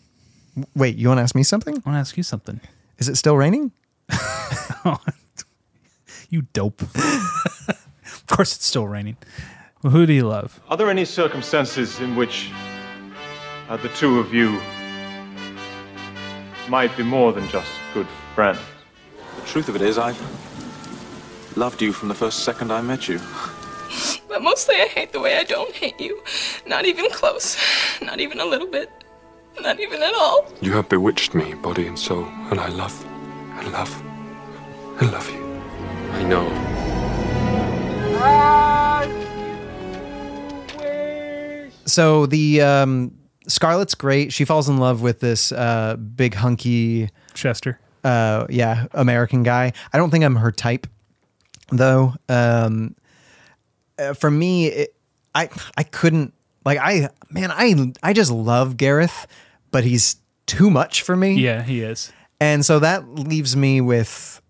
Speaker 3: Wait, you want to ask me something?
Speaker 1: I want to ask you something.
Speaker 3: Is it still raining?
Speaker 1: You dope. of course, it's still raining. Who do you love?
Speaker 13: Are there any circumstances in which uh, the two of you might be more than just good friends?
Speaker 10: The truth of it is, I loved you from the first second I met you.
Speaker 14: But mostly I hate the way I don't hate you. Not even close. Not even a little bit. not even at all.
Speaker 15: You have bewitched me, body and soul, and I love, and love, and love you. I know.
Speaker 3: So the um, Scarlet's great. She falls in love with this uh, big hunky
Speaker 1: Chester.
Speaker 3: Uh, yeah, American guy. I don't think I'm her type, though. Um, uh, for me, it, I I couldn't like I man I I just love Gareth, but he's too much for me.
Speaker 1: Yeah, he is.
Speaker 3: And so that leaves me with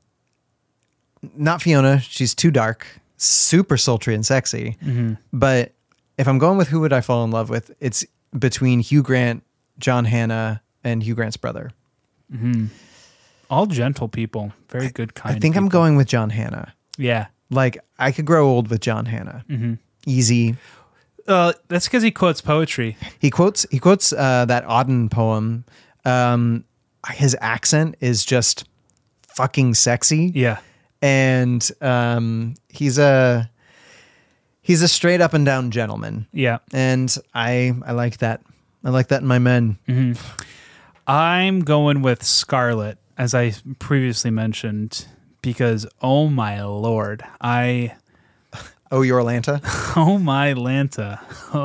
Speaker 3: not Fiona. She's too dark, super sultry and sexy.
Speaker 1: Mhm.
Speaker 3: But if I'm going with who would I fall in love with, it's between Hugh Grant, John Hannah, and Hugh Grant's brother.
Speaker 1: Mhm. All gentle people, very good kind.
Speaker 3: I think I'm going with John Hannah.
Speaker 1: Yeah.
Speaker 3: Like I could grow old with John Hannah.
Speaker 1: Mhm.
Speaker 3: Easy.
Speaker 1: Uh, that's because he quotes poetry.
Speaker 3: He quotes he quotes uh, that Auden poem. Um, his accent is just fucking sexy.
Speaker 1: Yeah,
Speaker 3: and um, he's a he's a straight up and down gentleman.
Speaker 1: Yeah.
Speaker 3: and I I like that. I like that in my men.
Speaker 1: I'm going with Scarlet, as I previously mentioned, because oh my lord, I
Speaker 3: oh your Lanta,
Speaker 1: oh my Lanta,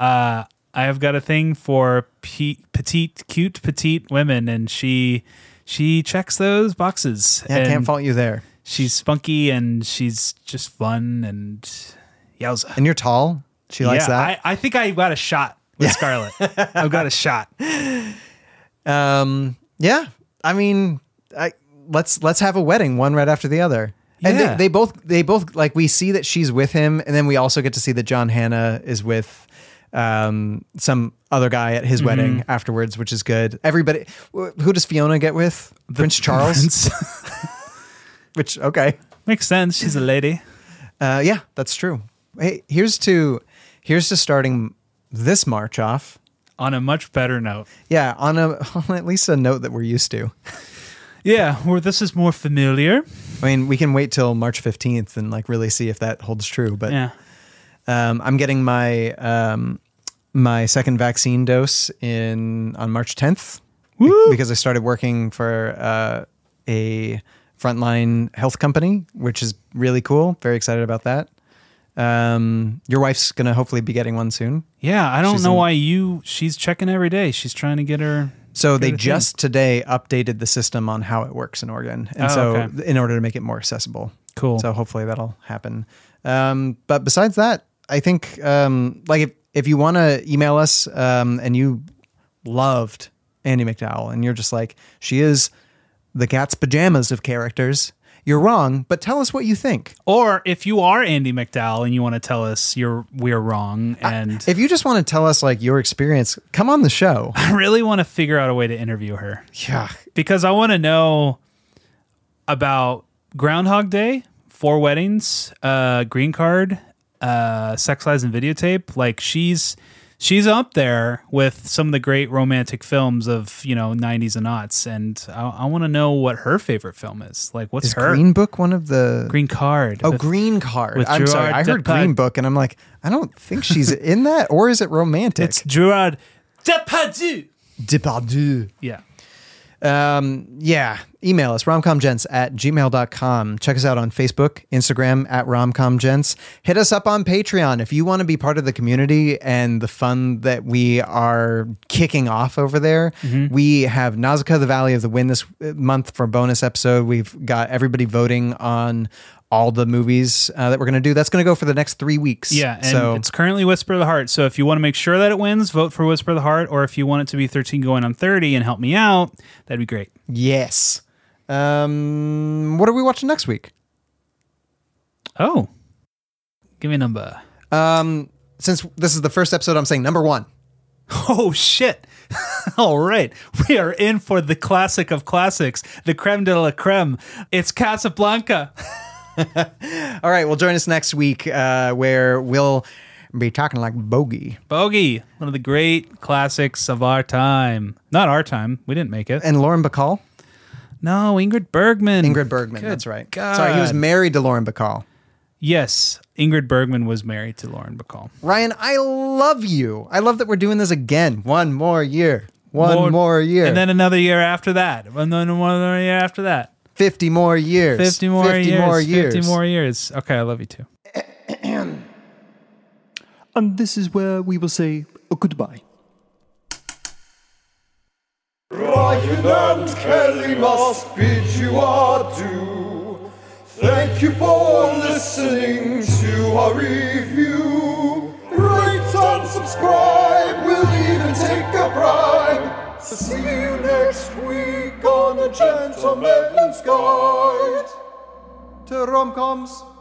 Speaker 1: uh, I have got a thing for pe- petite, cute, petite women, and she she checks those boxes.
Speaker 3: Yeah, I
Speaker 1: and
Speaker 3: can't fault you there.
Speaker 1: She's spunky and she's just fun and yowza.
Speaker 3: And you're tall. She likes that.
Speaker 1: I, I think I got a shot with Scarlet. I've got a shot.
Speaker 3: Um, yeah, I mean, I let's let's have a wedding one right after the other. And
Speaker 1: Yeah.
Speaker 3: they, they both they both like we see that she's with him, and then we also get to see that John Hannah is with um some other guy at his wedding
Speaker 1: Mhm.
Speaker 3: afterwards, which is good. Everybody, wh- who does Fiona get with? Prince Charles. which okay
Speaker 1: makes sense. She's a lady.
Speaker 3: Uh, yeah, that's true. Hey, here's to here's to starting this march off
Speaker 1: on a much better note.
Speaker 3: Yeah, on a on at least a note that we're used to.
Speaker 1: Yeah, or this is more familiar.
Speaker 3: I mean, we can wait till March 15th and like really see if that holds true, but
Speaker 1: Yeah.
Speaker 3: um, I'm getting my um, my second vaccine dose in on March 10th be- because I started working for uh, a frontline health company, which is really cool. Very excited about that. Um, your wife's gonna hopefully be getting one soon.
Speaker 1: Yeah, I don't
Speaker 3: She's
Speaker 1: know
Speaker 3: in-
Speaker 1: why you. She's checking every day. She's trying to get her.
Speaker 3: So they
Speaker 1: get her thing.
Speaker 3: just today updated the system on how it works in Oregon, and
Speaker 1: Oh,
Speaker 3: so
Speaker 1: okay.
Speaker 3: in order to make it more accessible.
Speaker 1: Cool.
Speaker 3: So hopefully that'll happen. Um, but besides that, I think um, like if if you want to email us um, and you loved Andy McDowell and you're just like she is the cat's pajamas of characters, you're wrong. But tell us what you think.
Speaker 1: Or if you are Andy McDowell and you want to tell us you're we're wrong, and
Speaker 3: If you just want to tell us like your experience, come on the show.
Speaker 1: I really want to figure out a way to interview her.
Speaker 3: Yeah.
Speaker 1: because I want to know about Groundhog Day, Four Weddings, uh, Green Card, uh, Sex Lies and Videotape. Like she's she's up there with some of the great romantic films of you know '90s and aughts, and I, I want to know what her favorite film is. Like, what's
Speaker 3: Is
Speaker 1: her
Speaker 3: Green Book one of the
Speaker 1: Green Card?
Speaker 3: Oh,
Speaker 1: with-
Speaker 3: Green Card.
Speaker 1: with
Speaker 3: I'm sorry, I
Speaker 1: Gerard
Speaker 3: heard
Speaker 1: Depardieu.
Speaker 3: Green Book, and I'm like, I don't think she's in that, or is it romantic?
Speaker 1: It's Gerard Depardieu.
Speaker 3: Depardieu.
Speaker 1: Yeah.
Speaker 3: Um, yeah. Email us, romcomgents at gmail.com. Check us out on Facebook, Instagram at romcomgents. Hit us up on Patreon if you want to be part of the community and the fun that we are kicking off over there.
Speaker 1: Mm-hmm.
Speaker 3: We have Nausicaa, the Valley of the Wind this uh, month for a bonus episode. We've got everybody voting on all the movies uh, that we're going to do. That's going to go for the next three weeks.
Speaker 1: Yeah, and
Speaker 3: so
Speaker 1: it's currently Whisper of the Heart. So if you want to make sure that it wins, vote for Whisper of the Heart, or if you want it to be 13 going on 30 and help me out, that'd be great.
Speaker 3: yes. Um, what are we watching next week?
Speaker 1: Oh. Give me a number.
Speaker 3: Um, since this is the first episode, I'm saying number one.
Speaker 1: Oh shit. All right. We are in for the classic of classics, the creme de la creme. It's Casablanca.
Speaker 3: All right, well, join us next week uh, where we'll be talking like bogey
Speaker 1: Bogey, one of the great classics of our time. Not our time. We didn't make it.
Speaker 3: and Lauren Bacall.
Speaker 1: No, Ingrid Bergman.
Speaker 3: Ingrid Bergman,
Speaker 1: Good
Speaker 3: that's right.
Speaker 1: God.
Speaker 3: Sorry, he was married to Lauren Bacall.
Speaker 1: Yes, Ingrid Bergman was married to Lauren Bacall.
Speaker 3: Ryan, I love you. I love that we're doing this again one more year. One more year.
Speaker 1: and then another year after that, and then one more year after that.
Speaker 3: 50 more years.
Speaker 1: 50 more years. 50 more years. Okay, I love you too.
Speaker 16: And this is where we will say goodbye.
Speaker 6: Ryan and Kelly must bid you adieu. Thank you for listening to our review. Rate and subscribe, we'll even take a bribe. See you next week on the Gentleman's Guide to Rom-Coms.